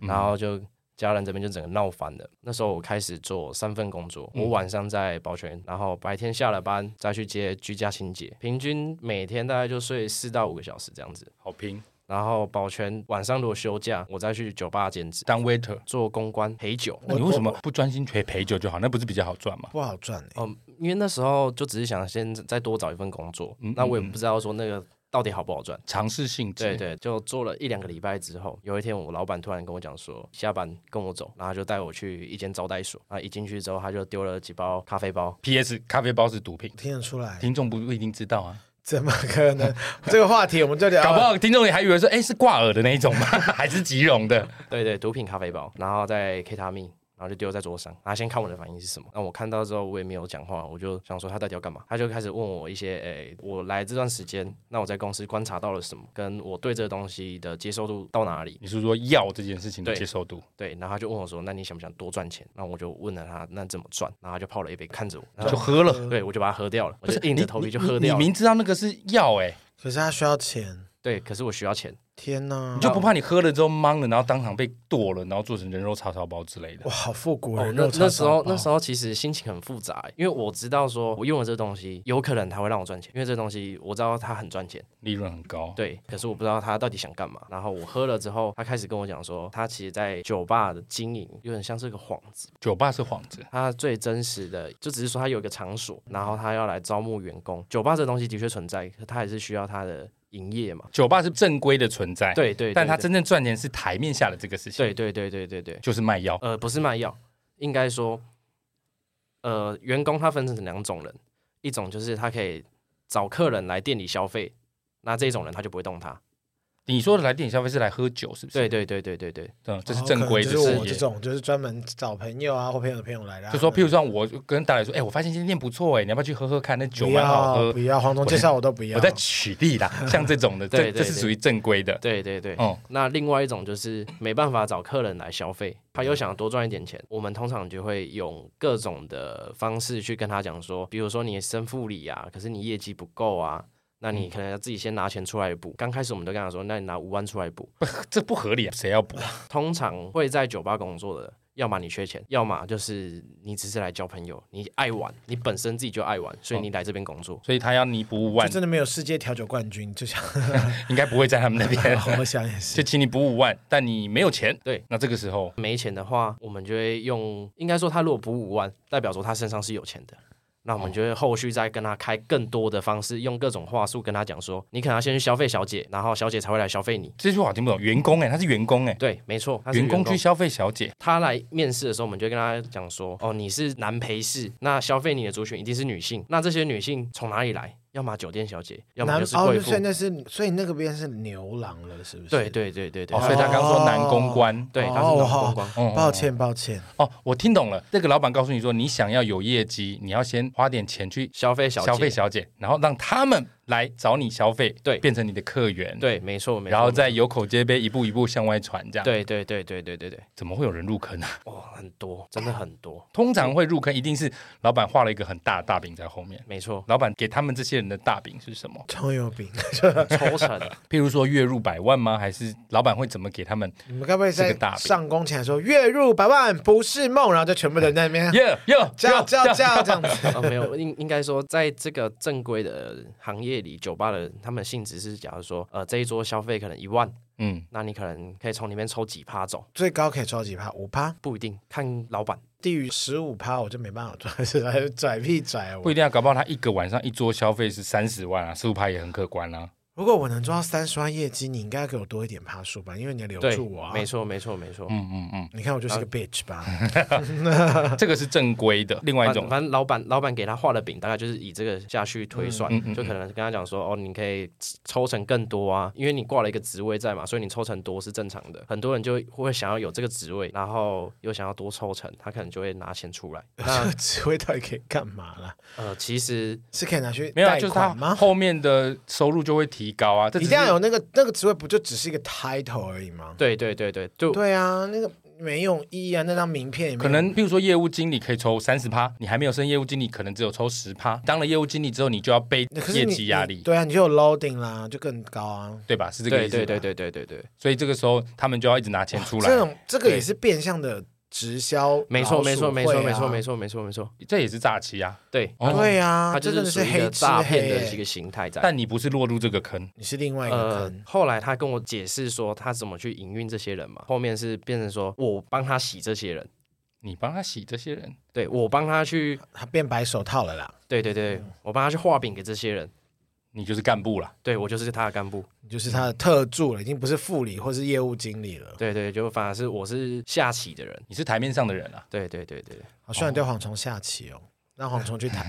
然后就。家人这边就整个闹翻了。那时候我开始做三份工作，我晚上在保全，然后白天下了班再去接居家清洁，平均每天大概就睡四到五个小时这样子。
好拼，
然后保全晚上如果休假，我再去酒吧兼职
当 waiter。
做公关陪酒。
那你为什么不专心陪陪酒就好？那不是比较好赚吗？
不好赚欸
嗯，因为那时候就只是想先再多找一份工作，那我也不知道说那个到底好不好赚。
尝试性质，
对对，就做了一两个礼拜之后，有一天我老板突然跟我讲说，下班跟我走，然后就带我去一间招待所。啊，一进去之后，他就丢了几包咖啡包，
P.S. 咖啡包是毒品，
听得出来，
听众不不一定知道啊，
怎么可能？ 这个话题我们就聊
搞不
了。
好听众也还以为说，哎，是挂耳的那一种吗？ 还是吉隆的？
对对，毒品咖啡包，然后再 K 他命。然后就丢在桌上，然后先看我的反应是什么。那我看到之后，我也没有讲话，我就想说他到底要干嘛。他就开始问我一些，诶，我来这段时间，那我在公司观察到了什么，跟我对这个东西的接受度到哪里。
你是说药这件事情的
对
接受度？
对，然后他就问我说：“那你想不想多赚钱？”那我就问了他：“那怎么赚？”然后他就泡了一杯，看着我，然后
就喝了，
对我就把它喝掉了，我
不
嗯就是硬着
你
头皮
你
就
你
喝掉
你
了。
明知道那个是药哎、
可是他需要钱，
对，可是我需要钱，
天哪
你！就不怕你喝了之后懵了，然后当场被剁了，然后做成人肉叉烧包之类的
哇，？好复古
哦
人，
那
肉
那
叉
时
烧
候
包
那时候其实心情很复杂欸，因为我知道说我用了这东西，有可能它会让我赚钱，因为这东西我知道它很赚钱，
利润很高。
对，可是我不知道他到底想干嘛。然后我喝了之后，他开始跟我讲说，他其实在酒吧的经营有点像是个幌子，
酒吧是幌子，
他最真实的就只是说他有一个场所，然后他要来招募员工。酒吧这东西的确存在，可他还是需要他的营业嘛。
酒吧是正规的存在，
对对对
但他
对
真正赚钱是台面下的这个事情，
对对对对对对，
就是卖药。
呃，不是卖药，应该说，呃，员工他分成两种人，一种就是他可以找客人来店里消费，那这种人他就不会动他。
你说的来店里消费是来喝酒，是不是？
对对对对对对，
嗯，这是
哦
正规
可
的
能就是我
事
这
业。
种，就是专门找朋友啊或朋友的朋友来的啊。
就说，譬如说，我就跟大家说，哎、我发现这间店不错，哎，你要不要去喝喝看？那酒
不
蛮好
要
喝
不。要，黄总介绍我都不要。
我在举例啦，像这种的，这
对对
这是属于正规的。
对对对，
哦
那另外一种就是没办法找客人来消费，他又想多赚一点钱，我们通常就会用各种的方式去跟他讲说，比如说你身负理啊，可是你业绩不够啊。那
嗯
你可能要自己先拿钱出来补。刚开始我们都跟他说，那你拿五万出来补。
这不合理啊，谁要补？
通常会在酒吧工作的，要么你缺钱，要么就是你只是来交朋友，你爱玩，你本身自己就爱玩，所以你来这边工作。
所以他要弥补五
就
万，
真的没有世界调酒冠军，就像
应该不会在他们那 边。
我想也是
就。请你补五万，但你没有钱。
对，
那这个时候
没钱的话，我们就会用，应该说他如果补五万，代表说他身上是有钱的。那我们就会后续再跟他开更多的方式，用各种话术跟他讲说，你可能要先去消费小姐，然后小姐才会来消费你。
这句话我听不懂。员工哎、他是员工哎、
对，没错，他是
员
员
工
工
去消费小姐，
他来面试的时候，我们就会跟他讲说，哦，你是男陪侍，那消费你的族群一定是女性，那这些女性从哪里来？要么酒店小姐，要么
南
就是
哦
贵，妇
所以。那是所以那个边是牛郎了，是不是？
对对对对对
哦，所以他刚刚说男公关。
对，他
哦
是男
好
公关。
哦
抱歉抱歉，
哦，我听懂了。这个老板告诉你说，你想要有业绩，你要先花点钱去
消费小姐，
消费小姐，然后让他们来找你消费，
对
变成你的客源，，
对，没错没错。
然后再有口皆碑，一步一步向外传，这样。，
对对对对对对对，
怎么会有人入坑啊？
哇，很多，真的很 多，
通常会入坑，一定是老板画了一个很大的大饼在后面。，
没错
老板给他们这些人的大饼是什么？
葱油饼，
抽成
譬如说月入百万吗？还是老板会怎么给他们？
你们该不会
这
在
个大饼
上工前说月入百万不是梦，然后就全部人在那边
耶耶
叫叫叫这样子？
哦啊，没有，应应该说，在这个正规的行业夜里酒吧的他们的性质是，假如说呃这一桌消费可能一万，
嗯，
那你可能可以从里面抽几趴走，
最高可以抽几趴？五趴？
不一定看老板。
低于十五趴我就没办法赚， 是吧拽屁拽啊
不
我
一。定要搞不好他一个晚上一桌消费是三十万啊，十五趴也很可观 啊。
如果我能做到三十万业绩，你应该要给我多一点趴数吧，因为你要留
对
住我啊，。
没错，没错，没错。
嗯嗯嗯，
你看我就是个 bitch 吧，
这个是正规的。另外一
反
种，
反正老板老板给他画的饼，大概就是以这个下去
嗯
推算，
嗯
就可能跟他讲说，哦，你可以抽成更多啊，因为你挂了一个职位在嘛，所以你抽成多是正常的。很多人就会想要有这个职位，然后又想要多抽成，他可能就会拿钱出来。
这
那
个职位到底可以干嘛啦？
呃，其实
是可以拿去
没有啊，
贷
就是他
款吗？
后面的收入就会提高啊。这
一
只
定
是
要有那个那个职位，不就只是一个 title 而已吗？
对对对对，就
对啊，那个没有意义啊，那张名片也没有
可能，譬如说业务经理可以抽三十趴，你还没有升业务经理，可能只有抽十趴。当了业务经理之后，你就要背
可是
业
你
绩压力，
对啊，你就有 loading 啦，就更高啊。
对吧？是这个
对
意思。
对对。对对对对，
所以这个时候他们就要一直拿钱出来
这，种这个也
对
是变相的直销、
没错没错没错没错没
错，
错没错没错，
这也是诈欺啊。
对，
哦
对啊，
他
这
就
真
是
的
属
是
于一
黑
个
吃
诈
黑
骗的一
欸，
个形态在。
但你不是落入这个坑，
你是另外一个
呃
坑，，
后来他跟我解释说他怎么去营运这些人嘛，后面是变成说我帮他洗这些人，
你帮他洗这些人，
对我帮他去，
他变白手套了啦，
对对对，
嗯
我帮他去画饼给这些人，
你就是干部啦。
对我就是他的干部，
你就是他的
嗯
特助了，已经不是副理或是业务经理了。
对对，就反而是我是下棋的人，
你是台面上的人啊。
对对对对，
好希望你对蝗虫下棋哦，让蝗虫 去谈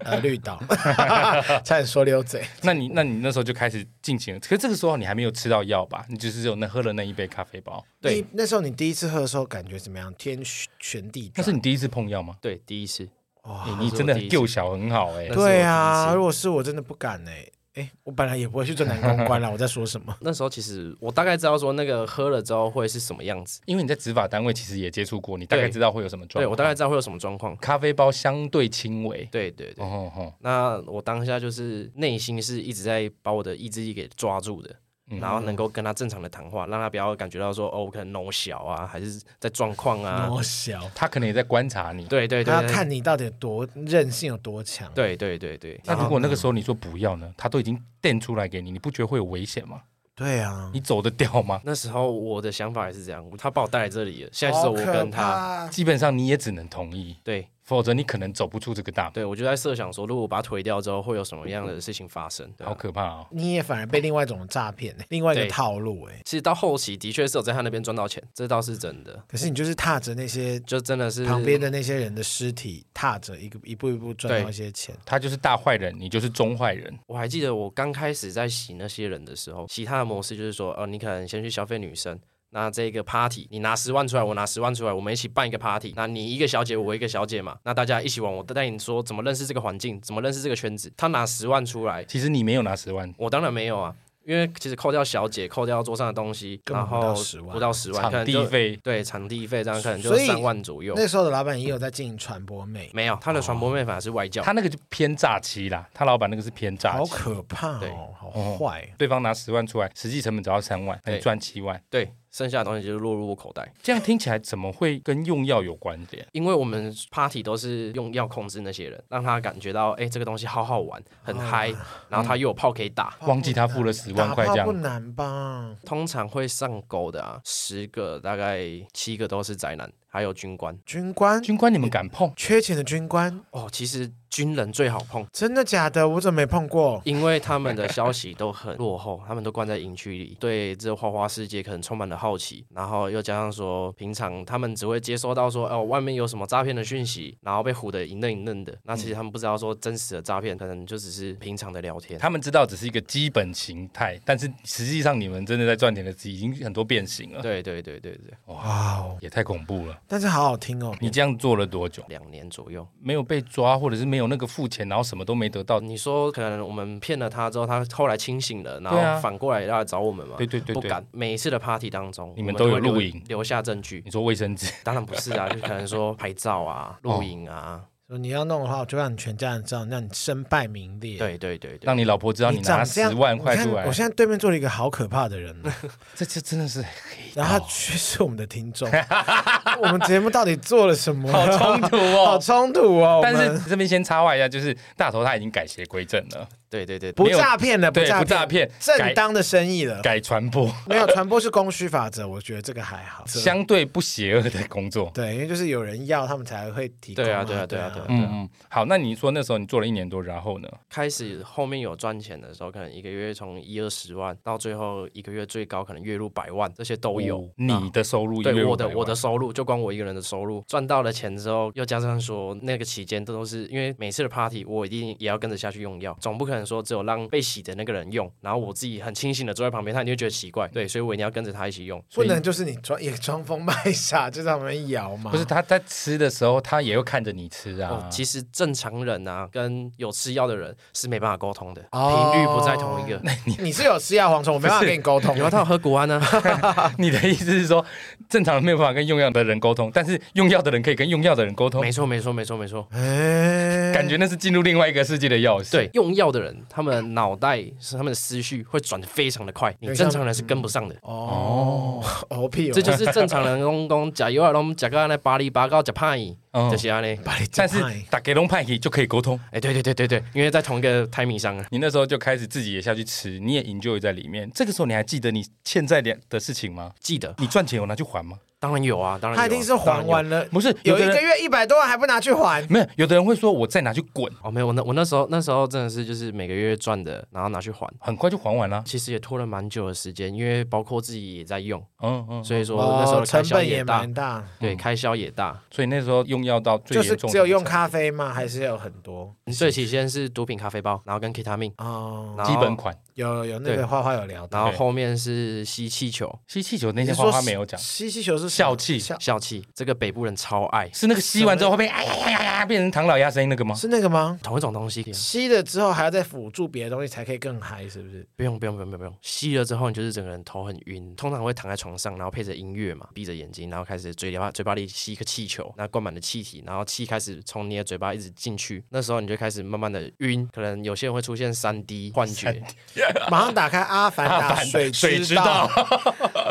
呃绿岛， 差点说溜嘴。
那你那你那时候就开始进行了，可是这个时候你还没有吃到药吧？你就是只有那喝了那一杯咖啡包，
对
你那时候你第一次喝的时候感觉怎么样？天旋地
那是
转。
你第一次碰药吗？
对第一次，
你
哇，
你真的很
那是我
Q
第一次
小很好哎、
那是我
对
第一
啊，
次
如果是我真的不敢哎、欸。哎，我本来也不会去做男公 关了，我在说什么？
那时候其实我大概知道说那个喝了之后会是什么样子，
因为你在执法单位其实也接触过，你大概
对
知道会有什么状况。
对我大概知道会有什么状况，
咖啡包相对轻微。
对对对，
哦吼吼，
那我当下就是内心是一直在把我的意志力给抓住的，
嗯
然后能够跟他正常的谈话，让他不要感觉到说哦，我可能 no 小啊，还是在状况啊，
我小，
他可能也在观察你。
对对
哦他
对
要
对，
看你到底有多韧性有多强。
对对对对，
那
然
如
后
果那个时候你说不要呢？他都已经垫出来给你，你不觉得会有危险吗？
对啊，
你走得掉吗？
那时候我的想法也是这样，他把我带来这里了，现在只有我跟他，
哦好可怕，
基本上你也只能同意，
对
否则你可能走不出这个大门。
对，我就在设想说，如果我把他推掉之后，会有什么样的事情发生？对啊
好可怕哦！
你也反而被另外一种诈骗、欸，另外一个
对
套路哎、欸。
其实到后期的确是有在他那边赚到钱，这倒是真的，
可是你就是踏着那些
就真的是
旁边的那些人的尸体，踏着一个一步一步赚到一些钱。
他就是大坏人，你就是中坏人。
我还记得我刚开始在洗那些人的时候，洗他的模式就是说，呃，你可能先去消费女生。那这个 party，你拿十万出来，我拿十万出来，我们一起办一个 party。那你一个小姐，我一个小姐嘛，那大家一起玩。我带你说怎么认识这个环境，怎么认识这个圈子。他拿十万出来，
其实你没有拿十万，
我当然没有啊，因为其实扣掉小姐，扣掉桌上的东西，
根本
然
不到
后
10万
不到十万，可
场
能
地
就
费
对场地费这样可能就
所以
三万左右。
那哦时候的老板也有在经营传播妹，
没有，他的传播妹反而是外教，
他那个就偏诈欺啦，他老板那个是偏诈
好
欺。
可怕
对
哦，好坏。
对方拿十万出来，实际成本只要三万，那你
对
赚七万，
对，剩下的东西就是落入我口袋。
这样听起来怎么会跟用药有关联？
因为我们 party 都是用药控制那些人，让他感觉到哎、诶这个东西好好玩，很嗨、然后他又有炮可以打。
忘记他付了十万块这
打炮不
样，
难吧？
通常会上钩的啊，十个大概七个都是宅男，还有军官。
军官
军官你们敢碰？
缺钱的军官，
哦，其实军人最好碰，
真的假的？我怎么没碰过？
因为他们的消息都很落后，他们都关在营区里，对这花花世界可能充满了好奇，然后又加上说，平常他们只会接收到说，哦，外面有什么诈骗的讯息，然后被唬得一愣一愣的。那其实他们不知道说，真实的诈骗可能就只是平常的聊天。
他们知道只是一个基本形态，但是实际上你们真的在赚钱的已经很多变形 了，
对对对对对，
哇哦！
也太恐怖了。
但是好好听哦。
你这样做了多久？
两年左右。哦
没有被抓，或者是没有那个付钱，然后什么都没得到？
你说可能我们骗了他之后，他后来清醒了，然
对啊
后反过来要来找我们嘛？
对对对
不
对，
敢。每一次的 party 当中，
你们
我
都有
会留
录影
留下证据。
你说卫生纸，
当然不是 啊，就可能说拍照啊、
哦
录影啊，
说你要弄的话，我就让你全家人知道，让你身败名裂。，
对对对对，
让你老婆知道你拿
长这
十
样，
万块
你看
出来
我，现在对面坐了一个好可怕的人哦，
这这真的是
然
哦
后他却是我们的听众。 我们节目到底做 了什么？
好冲突
好
哦。
冲突哦。
但
我们
是这边先插话一下，就是大头他已经改邪归正了，
对对对，
不
没有
诈骗的，
对
诈
不诈骗改
正当的生意了。
改传播，
没有传播是供需法则，我觉得这个还好。
相对不邪恶的工
啊
作。
对，因为就是有人要，他们才会提供嘛。
对啊对啊对啊
对
对啊
嗯嗯，好，那你说那时候你做了一年多，然后呢？
开始后面有赚钱的时候，可能一个月从一二十万到最后一个月最高可能月入百万，这些都有。
哦你的收入，
对我的我的，收入，就光我一个人的收入，赚到了钱之后，又加上说那个期间，都是因为每次的 party，我一定也要跟着下去用药，总不可能说只有让被洗的那个人用，然后我自己很清醒的坐在旁边，他一定会觉得奇怪，对，所以我一定要跟着他一起用。
不能就是你装也 装疯卖傻，就让人摇嘛。
不是他在吃的时候，他也会看着你吃
哦
啊，。
其实正常人啊，跟有吃药的人是没办法沟通的，
哦
频率不在同一 个。
你是有吃药蝗虫，我没办法跟你沟通。
有啊，他有喝国安 呢、啊，
你的意思是说，正常人没有办法跟用药的人沟通，但是用药的人可以跟用药的人沟通
没，错，没错，没错，没错。
哎
感觉那是进入另外一个世界的钥匙。
对，，用药的人，他们脑袋是他们的思绪会转的非常的快，你
对
正常人是跟不上的。
哦， 哦屁哦，
这就是正常人讲讲假药啊，拢假个那巴黎巴高假怕伊，
哦
嗯
这些啊呢。
把你
但
讲
是
坏
打给龙派就可以沟通。
哎，对对对对对，因为在同一个 timing 上啊。
你那时候就开始自己也下去吃，你也 enjoy 在里面。这个时候你还记得你欠债的的事情吗？
记得，
你赚钱有拿去还吗？
当然有啊，当然有啊
他一定是还完了，
不是，
有
的
一个
人
月一百多万还不拿去还，
没有，有的人会说我再拿去滚，
哦，没有，我那我那时候那时候真的是就是每个月赚的，然后拿去还。
很快就还完了。啊
其实也拖了蛮久的时间，因为包括自己也在用，
嗯嗯，
所以说
哦
那时候的开
成
销
本也
大
蛮，嗯大，
对，开销也大。
所以那时候用药到最
就
严
是
重的
只有用
程
咖啡吗？还是有很多
最起先是毒品咖啡包，然后跟 K 他命，
哦？
度
然
基
后
本款。
有有那
对
个花花有聊到，
然后后面是吸气球、
吸气球那
你
些
是
花
说
花没有讲，
吸气球是什
笑
么
气
笑
笑气，这个北部人超爱，
是那个吸完之后会被哎呀呀呀呀变成唐老鸭声音那个吗？
是那个吗？
同一种东西。
吸了之后还要再辅助别的东西才可以更嗨，是不 是？
不用不用不用不用不用，吸了之后你就是整个人头很晕，通常会躺在床上，然后配着音乐嘛，闭着眼睛，然后开始嘴巴嘴巴里吸一个气球，那灌满了气体，然后气开始从你的嘴巴一直进去，那时候你就开始慢慢的晕，可能有些人会出现三 D 幻觉，
马上打开《阿凡达》啊水
水
之
知道
道，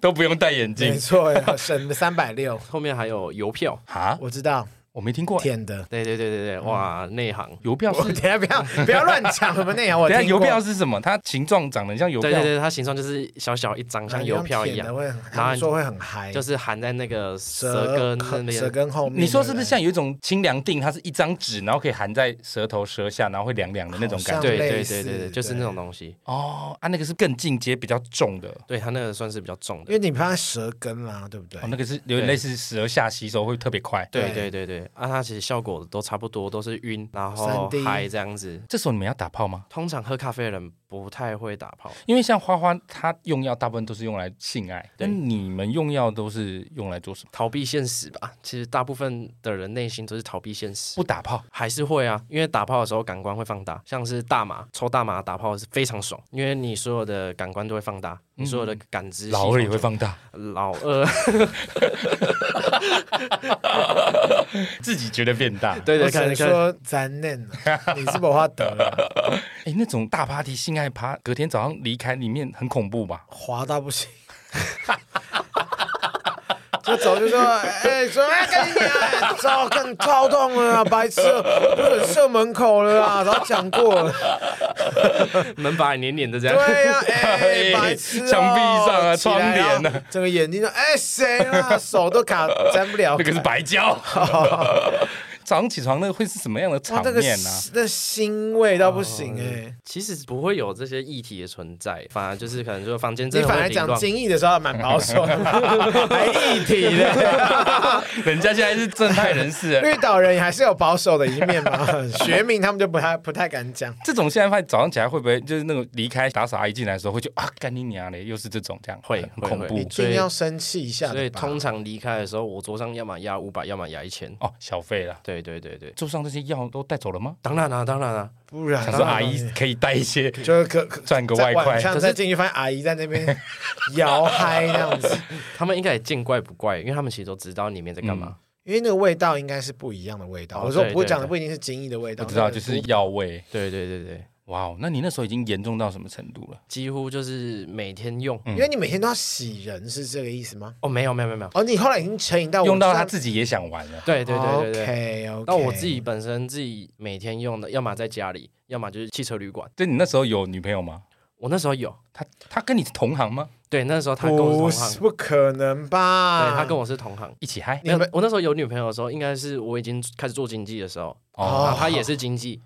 都不用戴眼
没
镜
错，省三百六，
后面还有邮票，
哈，
我知道，
我没听过欸。
舔的。
对对对对对，哇，内行。
邮票
我
是
等一下不 要不要乱讲什么内容，我
等一下
听
邮
过
票是什么？它形状长得像邮
对对
票，
对，它形状就是小小一张，像邮票一
舔的
样，
会很，
然
他
后
们
你
说会很嗨，
就是含在那个舌根那
舌
边。
根后面。
你说是不
对
是像有一种清凉定，它是一张纸，然后可以含在舌头舌下，然后会凉凉的那种感
好
觉？
像
对
类
对
似
对对对，就是
对
那种东西。
哦，啊，那个是更进阶、比较重的，
对，它那个算是比较重
因
的。
为你怕舌根啦，对不对
哦，？那个是有点
对
类似舌下吸收会特别快。
对
对
对对对，啊，它其实效果都差不多，都是晕，然后
3D
嗨这样子。
这时候你们要打炮吗？
通常喝咖啡的人不太会打泡，
因为像花花，她用药大部分都是用来性爱，
对
但你们用药都是用来做什么？
逃避现实吧。其实大部分的人内心都是逃避现实
不，打炮，
还是会啊，因为打泡的时候感官会放大，像是大麻抽大麻打泡是非常爽，因为你所有的感官都会放大，你所有
嗯
的感知系统
老二也会
就
放大，
老二，
自己觉得变大。
对对，
我
可
只
能
能
可能
说咱嫩了，你是不花 得了，
哎，那种大 party 性爱趴，隔天早上离开里面很恐怖吧？
滑到不行。 就走就说，哎、说哎，赶紧点，哎操，更超痛了啊，白痴，不准射门口了啊，早讲过了。
门把黏黏的这样。
对呀、哎、
哎
白痴哦、
墙壁上啊
起来
窗帘啊
然后整个眼睛都，哎、谁啊，手都卡沾不了。
那个是白 胶。早上起床那个会是什么样的
哇
场，
那个
面啊哦呢、
那腥味到不行哎、
其实不会有这些议题的存在，反而就是可能说房间真
你
的会
反而
凌
讲
乱。
精益的时候还蛮保 守的，哎还一体的。
人家现在是正派人士 了，
绿岛人也还是有保守的一面嘛，学名他们就不太不太敢讲。
这种现在派早上起来会不会就是那种离开打扫阿姨进来的时候会就啊干你娘嘞，又是这种这样，
会
很
会
恐
会
怖
你
所以
尽量生气一下的吧，
所以通常离开的时候，我桌上要么压五百，要么压一千。
哦，小费啦。
对对对对，
桌上这些药都带走了 吗？
当然啦、当然啦、啊
不然
想说阿姨可以带一些
就是可可
赚个
在
外
晚
快，
上再进去，发现阿姨在那边摇嗨那样子，
他们应该也见怪不怪，因为他们其实都知道里面在干嘛。
因为那个味道应该是不一样的味道。
哦
我说
对
不
对
讲的
对
不一定是精益的味道，
我知道
那个
就是药味。
对对对对，
哇哦，那你那时候已经严重到什么程度了？
几乎就是每天用。
因为你每天都要洗人，是这个意思吗？
哦，没有没有没有没有，
哦，你后来已经成瘾到我
用到他
己。
自己也想玩了。
对对对对对。
OK OK。
那我自己本身自己每天用的，要么在家里，要么就是汽车旅馆。
对你那时候有女朋友吗？
我那时候有，
他他跟你是同行吗？
对，那时候他跟我
不
是同行
是，不可能吧？
对他跟我是同行。
一起嗨
你
没有
们，
我那时候有女朋友的时候，应该是我已经开始做经济的时候，
哦。
然后他也是经济，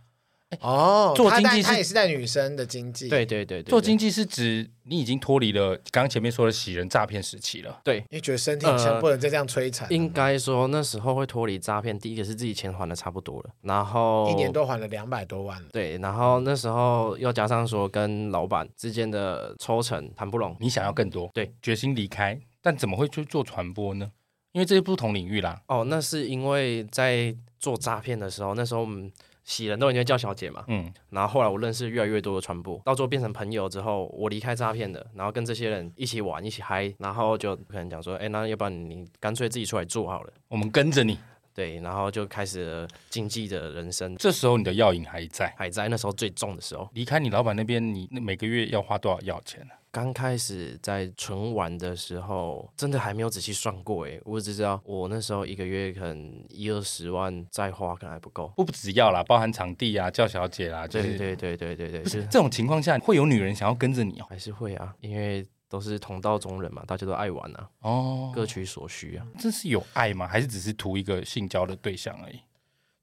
哦，
做
他
经
带
济
他
是
也是带女生的经济，，
对对对对，
做
对
经济是指你已经脱离了刚刚前面说的洗人诈骗时期了。
因为觉得身体好像不能再这样摧残了，
应该说那时候会脱离诈骗，第一个是自己钱还的差不多了，然
呃
后
一年多还了两百多万了。
对，然后那时候又加上说跟老板之间的抽成谈不拢
你想要更多，
对，
决心离开，但怎么会去做传播呢？因为这是不同领域啦。
哦，那是因为在做诈骗的时候，那时候我们喜人都已经叫小姐嘛，
嗯，
然后后来我认识越来越多的传播，到最后变成朋友之后，我离开诈骗的，然后跟这些人一起玩一起嗨，然后就可能讲说，哎，那要不然你干脆自己出来做好了。
我们跟着你，
对，然后就开始了经济的人生，
这时候你的药瘾还在。
还在那时候最重的时候。
离开你老板那边，你那每个月要花多少药钱啊？
刚开始在存完的时候，真的还没有仔细算过诶，我只知道我那时候一个月可能一二十万再花，可能还不够。
不止药啦，包含场地啊、叫小姐啦，就
对
是
对对对对对，
不是
是
这种情况下，会有女人想要跟着你哦。
还是会啊，因为都是同道中人嘛，大家都爱玩啊，
哦，
各取所需啊。
这是有爱吗？还是只是图一个性交的对象而已？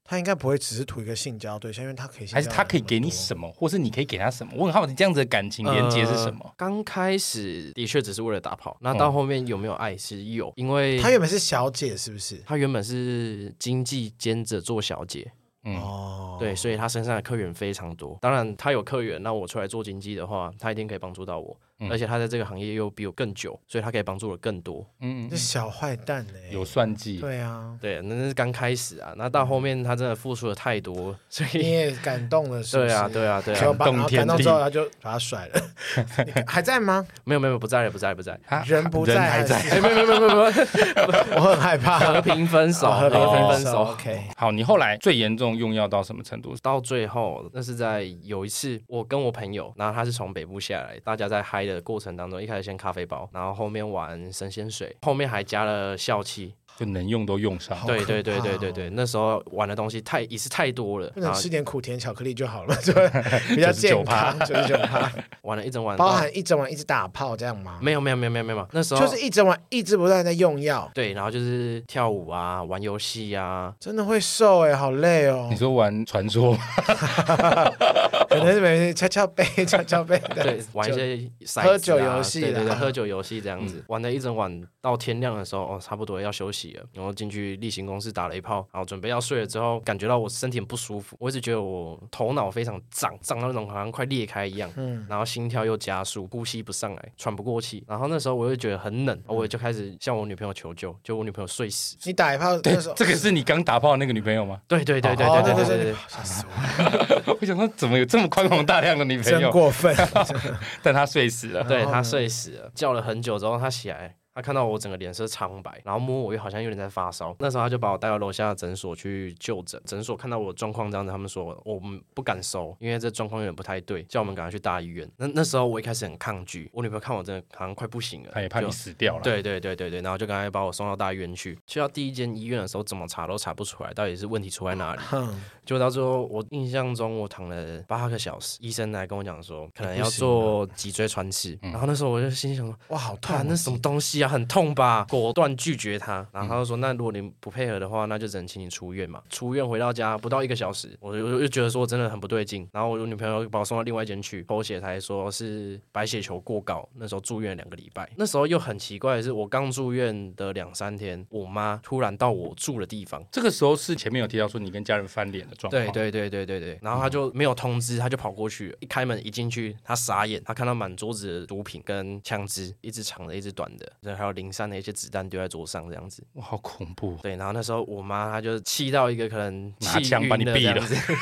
他应该不会只是图一个性交对象，因为他可以性交
还是他可以给你
那么多
什么，或是你可以给他什么？我很好奇这样子的感情连接是什么哦
呃？刚开始的确只是为了打炮，那到后面有没有爱是有，因为
他原本是小姐，是不是？
他原本是经济兼着做小姐，
嗯，
哦，
对，所以他身上的客源非常多。当然，他有客源，那我出来做经济的话，他一定可以帮助到我。
嗯
而且他在这个行业又比我更久，所以他可以帮助我更多。
嗯，
这
嗯
小坏蛋呢、
有算计。
对啊，
对，那那是刚开始啊，那到后面他真的付出了太多，所
你
以
也感动了，是不是？
对啊，对啊，对
结果
啊，
把
感动
然后
天
感动
地
之后，他就把他甩 了。你还在吗？
没有没有不在了，不在了，不在了，
他
人不在，
啊 人还在。
在，没有没有没有没有， 我很害怕。哦
和平分手，和平分手。
，OK。
好，你后来最严重用药到什么程度？
到最后，那是在有一次，我跟我朋友，然后他是从北部下来，大家在嗨的过程当中，一开始先咖啡包，然后后面玩神仙水，后面还加了笑气，
就能用都用上
好。
对
可
对对
怕
对
哦
对对，那时候玩的东西太也是太多了，
不
然
能
后
吃点苦甜巧克力就好了， 就会比 较健康。就是九趴，
玩了一整晚，
包含一整晚一直打炮这样吗？
没有没有没有没有没有，
啊
那时候
就是一整晚一直不断地在用药，
对，然后就是跳舞啊，玩游戏啊，
真的会瘦哎、好累哦
你。说玩传说，
可能是每天敲敲背、敲敲背的。
对，玩一些骰子啊
喝酒游戏啦
对对对，喝酒游戏这样子，玩了一整晚到天亮的时候，哦，差不多要休息了，然后进去例行公事打了一炮，然后准备要睡了之后，感觉到我身体很不舒服，我一直觉得我头脑非常胀，胀到那种好像快裂开一样，
嗯，
然后心跳又加速，呼吸不上来，喘不过气，然后那时候我就觉得很冷，我就开始向我女朋友求救，就我女朋友睡死。
你打一炮那时候，
这个是你刚打炮的那个女朋友 吗？
对对对对
哦
对
对
对对
对
对，，
吓死我了，
我想说，怎么有这么宽宏大量的女朋
真
友？
过分。
但她睡死了。
对
然后
他
呢
睡死了，叫了很久之后他起来，他看到我整个脸色苍白，然后摸我又好像有点在发烧。那时候他就把我带到楼下的诊所去就诊，诊所看到我的状况这样子，他们说我们不敢收，因为这状况有点不太对，叫我们赶快去大医院。那那时候我一开始很抗拒，我女朋友看我真的好像快不行了，
她也怕
就
你死掉了。，
对对对对对，然后就赶快把我送到大医院去。去到第一间医院的时候，怎么查都查不出来，到底是问题出在哪里。
哼
就到最后，我印象中我躺了八个小时，医生来跟我讲说，可能
哎你不
要
行啊嗯
做脊椎穿刺。然后那时候我就心里想说，
哇，好痛
看
哦！
那什么东西啊，很痛吧？果断拒绝他。然后他就说，那如果你不配合的话，那就只能请你出院嘛。出院回到家不到一个小时，我就我就觉得说真的很不对劲。然后我女朋友把我送到另外一间去抽血，才说是白血球过高。那时候住院两个礼拜，那时候又很奇怪的是，我刚住院的两三天，我妈突然到我住的地方。
这个时候是前面有提到说你跟家人翻脸的状况。
对对对对对对，然后他就没有通知，他就跑过去，一开门一进去，他傻眼，他看到满桌子的毒品跟枪支，一支长的，一支短的，对，还有零散的一些子弹丢在桌上这样子。
哇，好恐怖！
对，然后那时候我妈她就气到一个可能
拿
气
枪把
晕
你
了
毙
这样
了
子。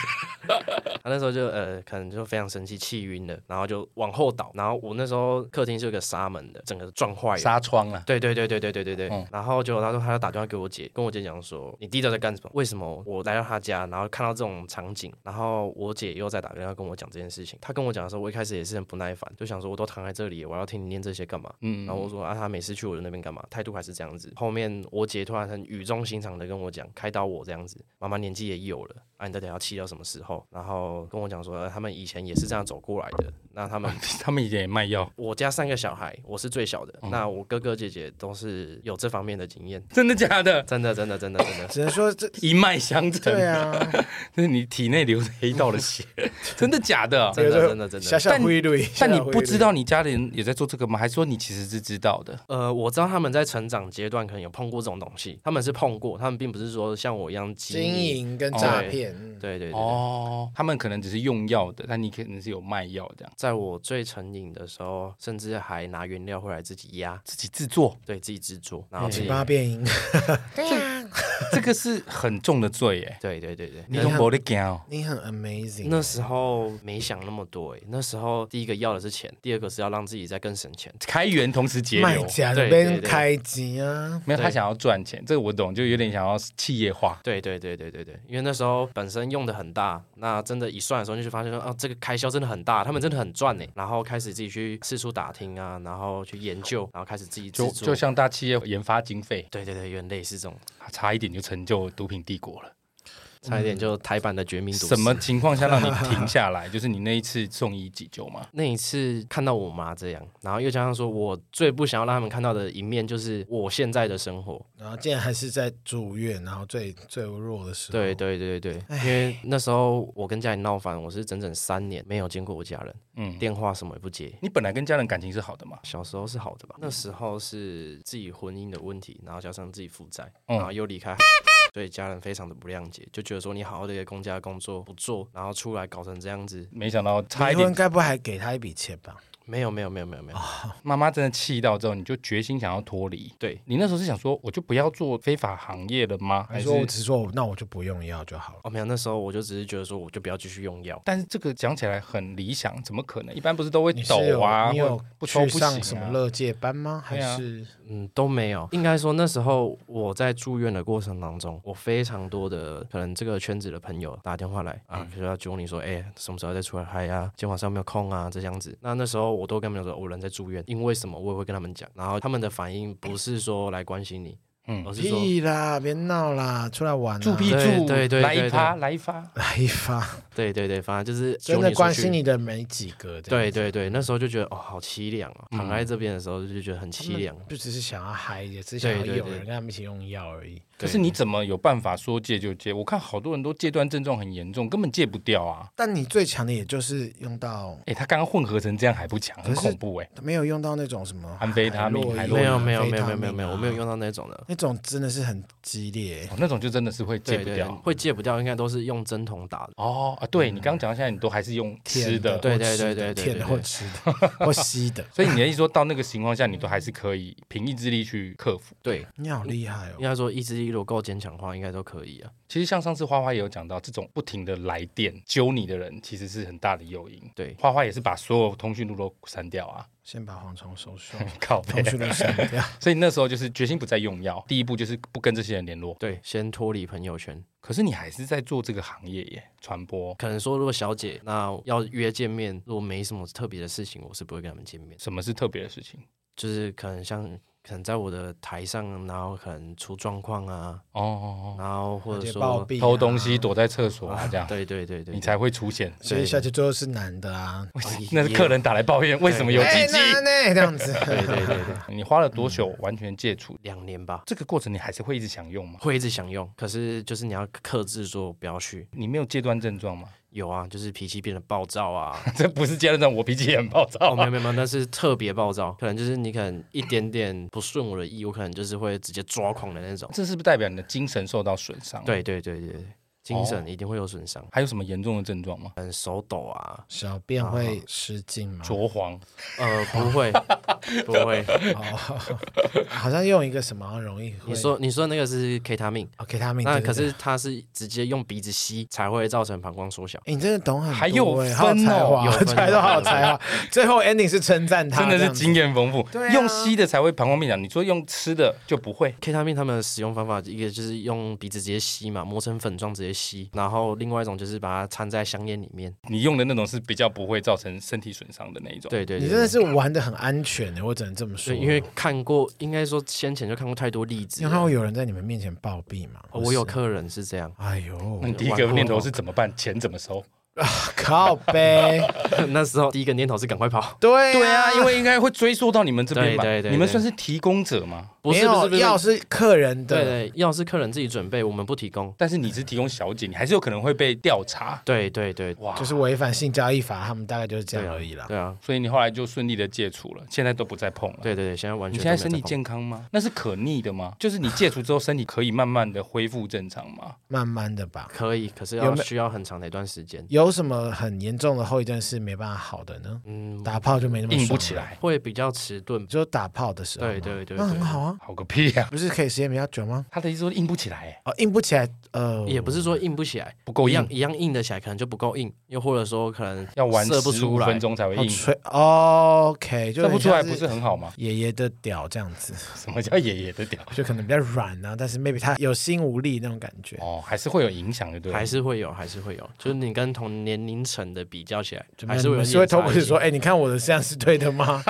她那时候就呃，可能就非常生气，气晕了，然后就往后倒。然后我那时候客厅是有个纱门的，整个撞坏了。
纱窗啊，
对对对对对对对对。
嗯
然后结果他说他就打电话给我姐，跟我姐讲说你弟弟在干什么？为什么我来到他家，然后看到这种场景，然后我姐又在打电话跟我讲这件事情。她跟我讲的时候，我一开始也是很不耐烦，就想说我都躺在这里，我要听你念这些干嘛？
嗯
然后我说啊，他每次去我的那边干嘛？态度还是这样子。后面我姐突然很语重心长的跟我讲，开导我这样子，妈妈年纪也有了，啊，你到底要气到什么时候？然后跟我讲说、呃他们以前也是这样走过来的，那他们
他们以前也卖药，
我家三个小孩，我是最小的，那我哥哥姐姐都是有这方面的经验，
真的假 的？
真的真的真的真的，
只能说这
一脉相承，
对啊，
这是你体内流着黑道的血，真的假的？
真的真的真
小
的。
小规律，
但你
小小
不
规律
知。道你家里人也在做这个吗？还是说你其实是知道的？
呃，我知道他们在成长阶段可能有碰过这种东西，他们是碰过，他们并不是说像我一样经
经
营。
营跟诈骗，嗯
对对对对。
哦，他们可能只是用药的，但你可能是有卖药这样，
在我最成瘾的时候，甚至还拿原料回来自己压，
自己制作，
对自己制作，然后自
请
己，
帮他变音。
这个是很重的罪耶。
对对对对。
你都没得惊哦，
你很 amazing，
那时候没想那么多、欸，那时候第一个要的是钱，第二个是要让自己再更省钱。
开源同时节
卖
流。
家
对
那
对
边
对
开机啊，
没有，
对
他想要赚钱，这个我懂，就有点想要企业化。
对对对对对对，因为那时候本身用的很大，那真的，一算的时候就发现说，啊，这个开销真的很大，他们真的很赚呢。
嗯
然后开始自己去四处打听啊，然后去研究，然后开始自己制
就
作。
就像大企业研发经费，啊
对对对，有点类似这种，
差一点就成就毒品帝国了。
差一点就台版的绝命毒
嗯
师。
什么情况下让你停下来？ 就是你那一次送医急救吗？
那一次看到我妈这样，然后又加上说我最不想要让他们看到的一面就是我现在的生活。
然后竟然还是在住院，然后最最弱的时候。
哦
对对对对，因为那时候我跟家里闹翻，我是整整三年没有见过我家人，
嗯，
电话什么也不接。
你本来跟家人感情是好的嘛？
小时候是好的吧？那时候是自己婚姻的问题，然后加上自己负债，
嗯
然后又离开。对家人非常的不谅解，就觉得说你好好的一个公家工作不做，然后出来搞成这样子，
没想到差一
离婚
点，
该不会还给他一笔钱吧？
没有没有没有没有没有，
妈妈真的气到之后，你就决心想要脱离。
对
你那时候是想说，我就不要做非法行业了吗？还
还
是
说我只说我那我就不用药就好了。
哦没有，那时候我就只是觉得说我就不要继续用药，
但是这个讲起来很理想，怎么可能？一般不是都会
你是有
抖啊，
你
或
有
者不抽
去
不行、
上
啊、
什么乐界班吗？还
对啊
是
嗯，都没有。应该说那时候我在住院的过程当中，我非常多的可能这个圈子的朋友打电话来
嗯
啊，就要揪你说，哎、什么时候再出来嗨啊？今天晚上有没有空啊？这样子。那那时候我都跟他们讲说，我人在住院，因为什么我也会跟他们讲。然后他们的反应不是说来关心你，
嗯
嗯，而是说。
屁啦，别闹啦，出来玩啊
助必助，
对对对
来一
对
发来一发。
来 一发，
对对对，反正就是揪
真的
出
关
去
心你的没几个。这样
对，对对，那时候就觉得哦，好凄凉哦。躺
嗯
在这边的时候就觉得很凄凉。
就只是想要嗨，也只是想要
对对
有
对
人跟他们一起用药而已。
可是你怎么有办法说戒就戒？我看好多人都戒断症状很严重，根本戒不掉啊！
但你最强的也就是用到
哎、他刚刚混合成这样还不强，很
可是
恐怖哎、
没有用到那种什么
安非他命
海
海
洛
洛
因
没
因
有没有
非
没有
他
没有没有
命
没有，
啊
我没有用到那种的。
那种真的是很激烈
哦，那种就真的是会戒
对
不
对，
掉。
会戒不掉，应该都是用针筒打的。
哦啊，对你刚刚讲到现在，你都还是用吃
嗯甜
的，
的，
对
或吃的
对对对对
甜的
对
或吃的或吸的，
所以你的意思说到那个情况下，你都还是可以凭意志力去克服。
对，啊
你好厉害
应
哦！
该说意志力如果够坚强的话，应该都可以啊。
其实像上次花花也有讲到，这种不停的来电揪你的人，其实是很大的诱因。
对，
花花也是把所有通讯录都删掉啊，
先把蝗虫手术
靠背
通。讯录删掉，
所以那时候就是决心不再用药，第一步就是不跟这些人联络。
对，先脱离朋友圈。
可是你还是在做这个行业耶，传播
可能说，如果小姐那要约见面，如果没什么特别的事情，我是不会跟他们见面。
什么是特别的事情？
就是可能像，可能在我的台上，然后可能出状况啊，
哦哦
然后或者
而且暴
说，
毙啊
偷东西。躲在厕所啊，这样
哎对对对对哦
你，才会出现。
所以小姐最后是男 的啊，
哎
那是客人打来抱怨为什么有鸡
哎
鸡？
那那这样子，
对对 对对，
你花了多久
嗯
完全戒除？
两年吧，
这个过程你还是会一直想用吗？
会一直想用，可是就是你要克制，说不要去。
你没有戒断症状吗？
有啊，就是脾气变得暴躁啊，
这不是戒断症，我脾气也很暴躁
哦，没
啊、
有没有没有，那是特别暴躁，可能就是你可能一点点不顺我的意，我可能就是会直接抓狂的那种。
这是不是代表你的精神受到损伤？，
对对对对对，精神一定会有损伤，
还有什么严重的症状
呃
吗？
哦嗯，手抖啊，
小便会失禁吗？
浊黄，
呃，不会，不会。
好像用一个什么好像容易会
啊你说你说那个是 K 他命，
哦，给他命，
那
对对
可
对
是它是直接用鼻子吸才会造成膀胱缩小。
欸你真的懂很多、欸，
还有
好有
分
才
哦
有
华，
分
才都好有 才华。最后 ending 是称赞他，
真的
这
是
样子
经验丰富。
对啊
用吸的才会膀胱变小，你说用吃的就不会。
K 他命他们的使用方法，一个就是用鼻子直接吸嘛，磨成粉状直接吸，然后另外一种就是把它掺在香烟里面。
你用的那种是比较不会造成身体损伤的那一种。
对对对，
你真的是玩的很安全欸的、我只能这么说。
对，因为看过，应该说先前就看过太多例子
你
了。
有看过有人在你们面前暴毙吗？
哦我有
看。，
客人是这样
哎呦
那，嗯你第一个念头是怎么办？钱怎么收？
靠 呗！
那时候第一个念头是赶快跑，
对
对啊，因为应该会追溯到你们这边吧？
对对对对
你们算是提供者吗？
不
没
是不是
有
不是，
药是客人
对
的，
对，药是客人自己准备，我们不提供。
但是你是提供小姐，你还是有可能会被调查。
对对对，
哇，
就是违反性交易法，他们大概就是这
对
样
啊
而已啦。
对啊，
所以你后来就顺利的戒除了，现在都不再碰了。
对对对，现在完
你
全
现
都没
在身
有
体
碰
健康吗？那是可逆的吗？就是你戒除之后，身体可以慢慢的恢复正常吗？
慢慢的吧。
可以，可是
有
要
没有
需要很长的一段时间。
有什么很严重的后遗症是没办法好的呢？
嗯，
打炮就没那么
硬不
爽啊
起
了，
来，
会比较迟钝。
就打炮的时候嘛。
对对对
啊那很
对
好啊，
好个屁啊！
不是可以时间比较久吗？
他的意思说硬不起来、欸，
哦，硬不起来，呃，
也不是说硬不起来，
不够
一样
硬，
一样硬的起来，可能就不够硬，又或者说可能
要玩
射不
十
出
五
来
分。钟才会
好
硬，
吹，OK，就
射不出来
很像
不是很好 吗？
爷爷的屌这样子，
什么叫爷爷的屌？
就可能比较软啊，但是 maybe 他有心无力那种感觉，
哦，还是会有影响的，对了
还是会有，还是会有，就是你跟同年龄层的比较起来，
就
还是会有一
是会
点
偷
差
窥
异。
说，哎，你看我的这样是对的吗？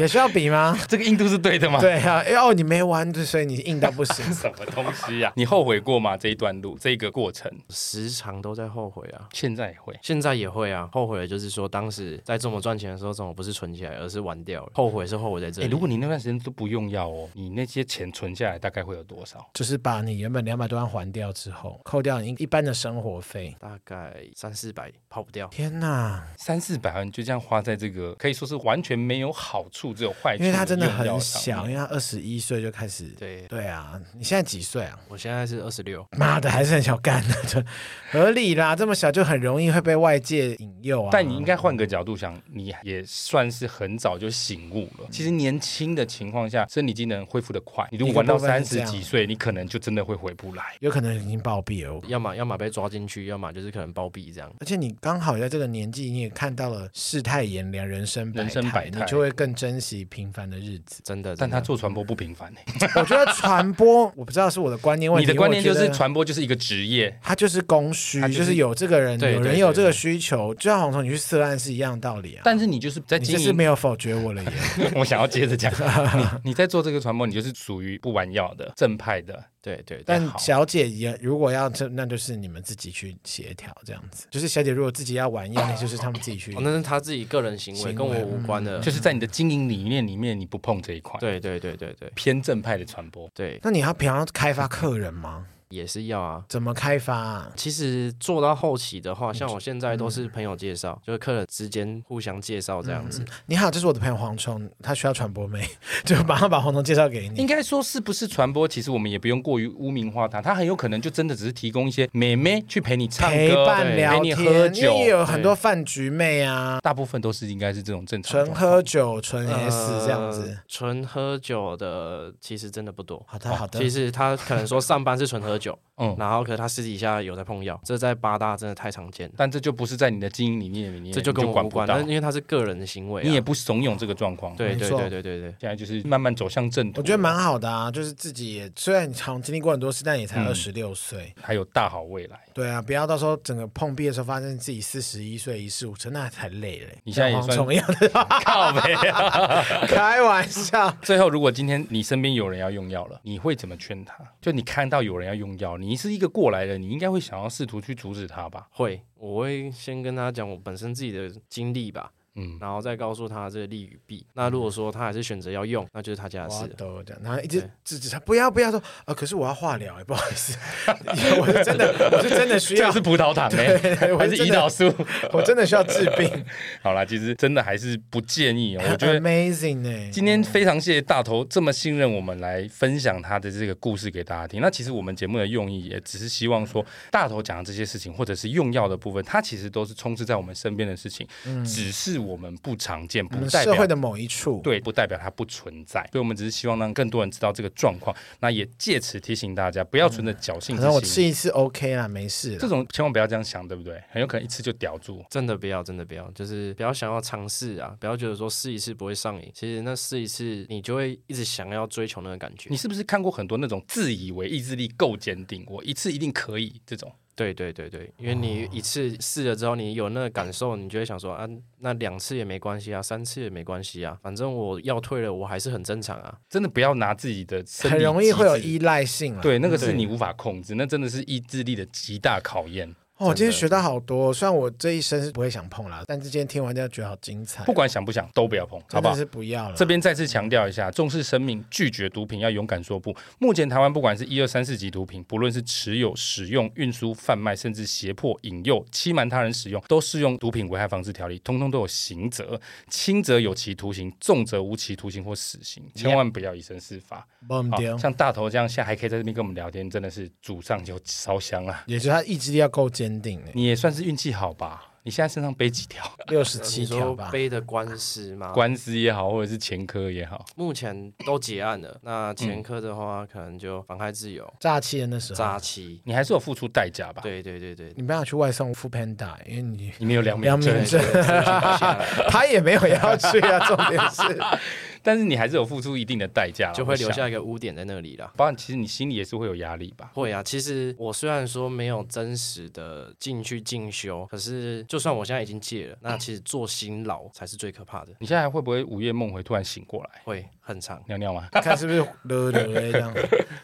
也需要比吗？
这个硬度是对的吗？
对啊，哎哦，你没玩，所以你硬到不行。
什么东西呀、你后悔过吗？这一段路，这个过程，
时常都在后悔啊。
现在也会。
现在也会啊，后悔的就是说，当时在这么赚钱的时候，怎么不是存起来，而是玩掉了？后悔是后悔在这
哎、
里。
如果你那段时间都不用药哦，你那些钱存下来大概会有多少？
就是把你原本两百多万还掉之后，扣掉你一般的生活费。
大概三四百跑不掉，
天哪，
三四百万就这样花在这个可以说是完全没有好处，只有坏处。
因为他真的很小，因，为他二十一岁就开始。
对
对啊，你现在几岁啊？
我现在是二十六，
妈的，还是很小干的，这合理啦。这么小就很容易会被外界引诱啊。
但你应该换个角度想，你也算是很早就醒悟了。其实年轻的情况下，身体机能恢复的嗯快，你如果玩到
一个部分
三
是这
十
样
几岁，你可能就真的会回不来。
有可能已经暴毙了。
要么要么被抓进去，要么就是可能包庇这样。。
而且你刚好在这个年纪，你也看到了世态炎凉、人生百态
人生百态
你就会更珍惜平凡的日子
真的，
但他
真的
做传播不平凡、欸、
我觉得传播， 我不知道是我的观念问
你
题，
的观念就
我
是
觉得
传播就是一个职业，
它就是供需，
它
就
就是
是、有这个人，
对
有
对
人有
对
这个需求，就像红彤你去色案是一样道理啊。
但是你就是在
你
经
这是
营
没有否决我了耶，
我想要接着讲，你你在做这个传播，你就是属于不玩药的正派的。
对对，对
但
好
小姐也如果要这，那就是你们自己去协调这样子。就是小姐如果自己要玩药，那就是他们自己去
哦，。那是他自己个人行为，
行
跟我
为
无关的。
就是在你的经营理念里面，你不碰这一块，，
对对对对对
偏正派的传播。
对，
那你要平常开发客人吗？
也是要啊。
怎么开发、啊？
其实做到后期的话，像我现在都是朋友介绍，就是客人之间互相介绍这样子。
你好，这是我的朋友黄虫，他需要传播妹， 就马上把黄虫介绍给
应
你。
该说是不是传播，其实我们也不用过于污名化它，它很有可能就真的只是提供一些美眉去陪你唱歌、
陪伴
对
聊
陪你
天，
喝
因为也
酒，
有很多饭局妹啊，
大部分都是应该是这种正常
纯
状
喝
况。
酒、纯 S 这样子
呃。纯喝酒的其实真的不多。
好的，好的
其。实他可能说上班是纯喝酒，
嗯
然后可是他私底下有在碰药，这在八大真的太常见了，
但这就不是在你的经营理念里面，
这就跟
你
我
管
无
不
关。
到
但，因为他是个人的行为啊、
啊你也不怂恿这个状况。
对
没
对
错
对对对对，
现在就是慢慢走向正途。
我觉得蛮好的啊，就是自己也虽然你常经历过很多事，但也才
嗯
二十六岁。
还有大好未来。
对啊，不要到时候整个碰壁的时候发现自己四十一岁一事无成，那太累了。欸
你现在也
像蝗
算
虫一样的，
靠北啊！
开玩 笑。
最后，如果今天你身边有人要用药了，你会怎么劝他？就你看到有人要用药，你是一个过来人，你应该会想要试图去阻止他吧？
会，我会先跟他讲我本身自己的经历吧，
嗯，
然后再告诉他这个利与弊。那如果说他还是选择要用，那就是他家的
我
事。
都这样，然后一直
对
制止他，不要不要说啊，可是我要化疗哎，不好意思，我是真的我是真的 需
这
要
个是，葡萄糖哎、
对我
还
是
是
真
胰
的
岛素？
我真的需要治病。
好啦，其实真的还是不建议 哦。我觉得
amazing 哎，
今天非常谢谢大头这么信任我们来分享他的这个故事给大家听。那其实我们节目的用意也只是希望说，大头讲的这些事情，或者是用药的部分，它其实都是充斥在我们身边的事情，只是我们不常见，
嗯我
不
们
代
社
表
会的某一处，
对，不代表它不存在，所以我们只是希望让更多人知道这个状况，那也借此提醒大家不要存着侥幸
可
之
能我吃
心。
一次 OK 啦，没事啦
这。种千万不要这样想，对不对？很有可能一次就叼住。
真的不要，真的不要，就是不要想要尝试啊，不要觉得说试一次不会上瘾。其实那试一次，你就会一直想要追求那个感觉
你。是不是看过很多那种自以为意志力够坚定，我一次一定可以这种？
对对对对，因为你一次试了之后，你有那个感受，你就会想说啊，那两次也没关系啊，三次也没关系啊，反正我要退了，我还是很正常啊。
真的不要拿自己的生理
很容易会有
机制
依赖性了。，
对，那个是
对
你无法控制，那真的是意志力的极大考验。
哦，我今
真
天
的
学到好多，虽然我这一生是不会想碰啦，但是今天听完真的觉得好精彩，
不管想不想，都不要碰，好不
真的
好
是？不要了。
这边再次强调一下，重视生命，拒绝毒品，要勇敢说不。目前台湾不管是一二三四级毒品，不论是持有、使用、运输、贩卖，甚至胁迫、引诱、欺瞒他人使用，都适用《毒品危害防治条例》，通通都有刑责，轻则有期徒刑，重则无期徒刑或死刑。千万不要以身试法。
忘
好
掉，
像大头这样，现在还可以在这边跟我们聊天，真的是祖上有烧香啊！
也就是他意志力要够坚定 欸
你也算是运气好吧？你现在身上背几条
六十呃七
你
条
说
吧。
背的官司吗？
官司也好，或者是前科也好，
目前都结案了，那前科的话，可能就妨害自由、
诈欺人的时候
诈，欺。
你还是有付出代价吧？，
对对对 对，
你不要去外送 f o o Panda，因为你
你没有良民
良
证
民证， 他也没有要去啊。重点是，
但是你还是有付出一定的代价啦，
就会留
我想。
下一个污点在那里啦。
包含其实你心里也是会有压力吧？
会啊，其实我虽然说没有真实的进去进修，可是就算我现在已经戒了，那其实做辛劳才是最可怕的，
你现在还会不会午夜梦回突然醒过来
会很长，
尿尿吗？
看是不是勒勒勒这样。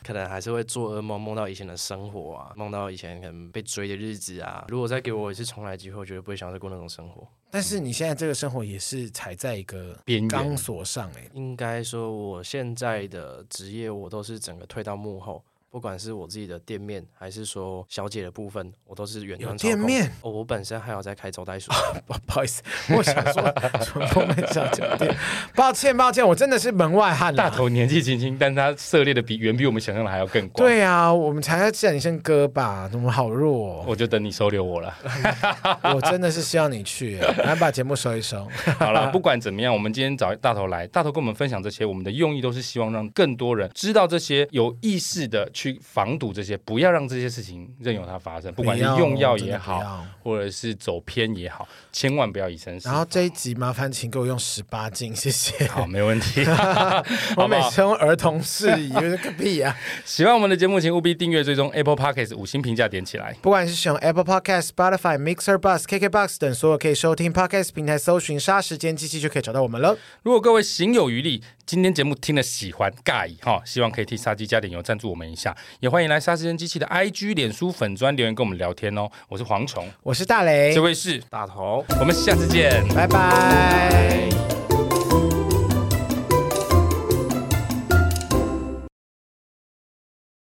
可能还是会做噩梦，梦到以前的生活啊，梦到以前可能被追的日子啊。如果再给我一次重来机会，我绝对不会想再过那种生活。
但是你现在这个生活也是踩在一个
边缘
钢索上哎，
应该说，我现在的职业我都是整个退到幕后。不管是我自己的店面，还是说小姐的部分，我都是远端
有
操
店
控。
面
哦，我本身还有在开招待所，
不不好意思，我想说 纯风门小酒店， 抱歉抱歉，我真的是门外汉啊
大
啦
头年纪轻轻，但是他涉猎的比远比我们想象的还要更广。，
对啊，我们才要叫你先哥吧，怎么好弱、哦？
我就等你收留我 了。
我真的是希望你去，来把节目收一收。
好了，不管怎么样，我们今天找大头来，大头跟我们分享这些，我们的用意都是希望让更多人知道这些，有意识的去防堵这些，不要让这些事情任由它发生，不管是
要
用药
真
也
的不
好，
要
或者是走偏也好，千万不要以身试
然。后这一集麻烦请给我用十八禁，谢谢。
好，没问 题。
我
好不
每
好
次用儿童事宜，就是个屁 啊！
喜欢我们的节目，请务必订阅、追踪 Apple Podcast 五星评价点起来。
不管是使用 Apple Podcast、Spotify、Mixer、Bus、KKBox 等所有可以收听 Podcast 平台，搜寻“杀时间机器”就可以找到我们了。
如果各位行有余力，今天节目听了喜欢尬意哈，希望可以替杀鸡加点油赞助我们一下，也欢迎来杀时间机器的 IG、脸书粉砖留言跟我们聊天哦。我是蝗虫，
哎我是大雷
这，位是，
大头。
我们下次见。
拜拜。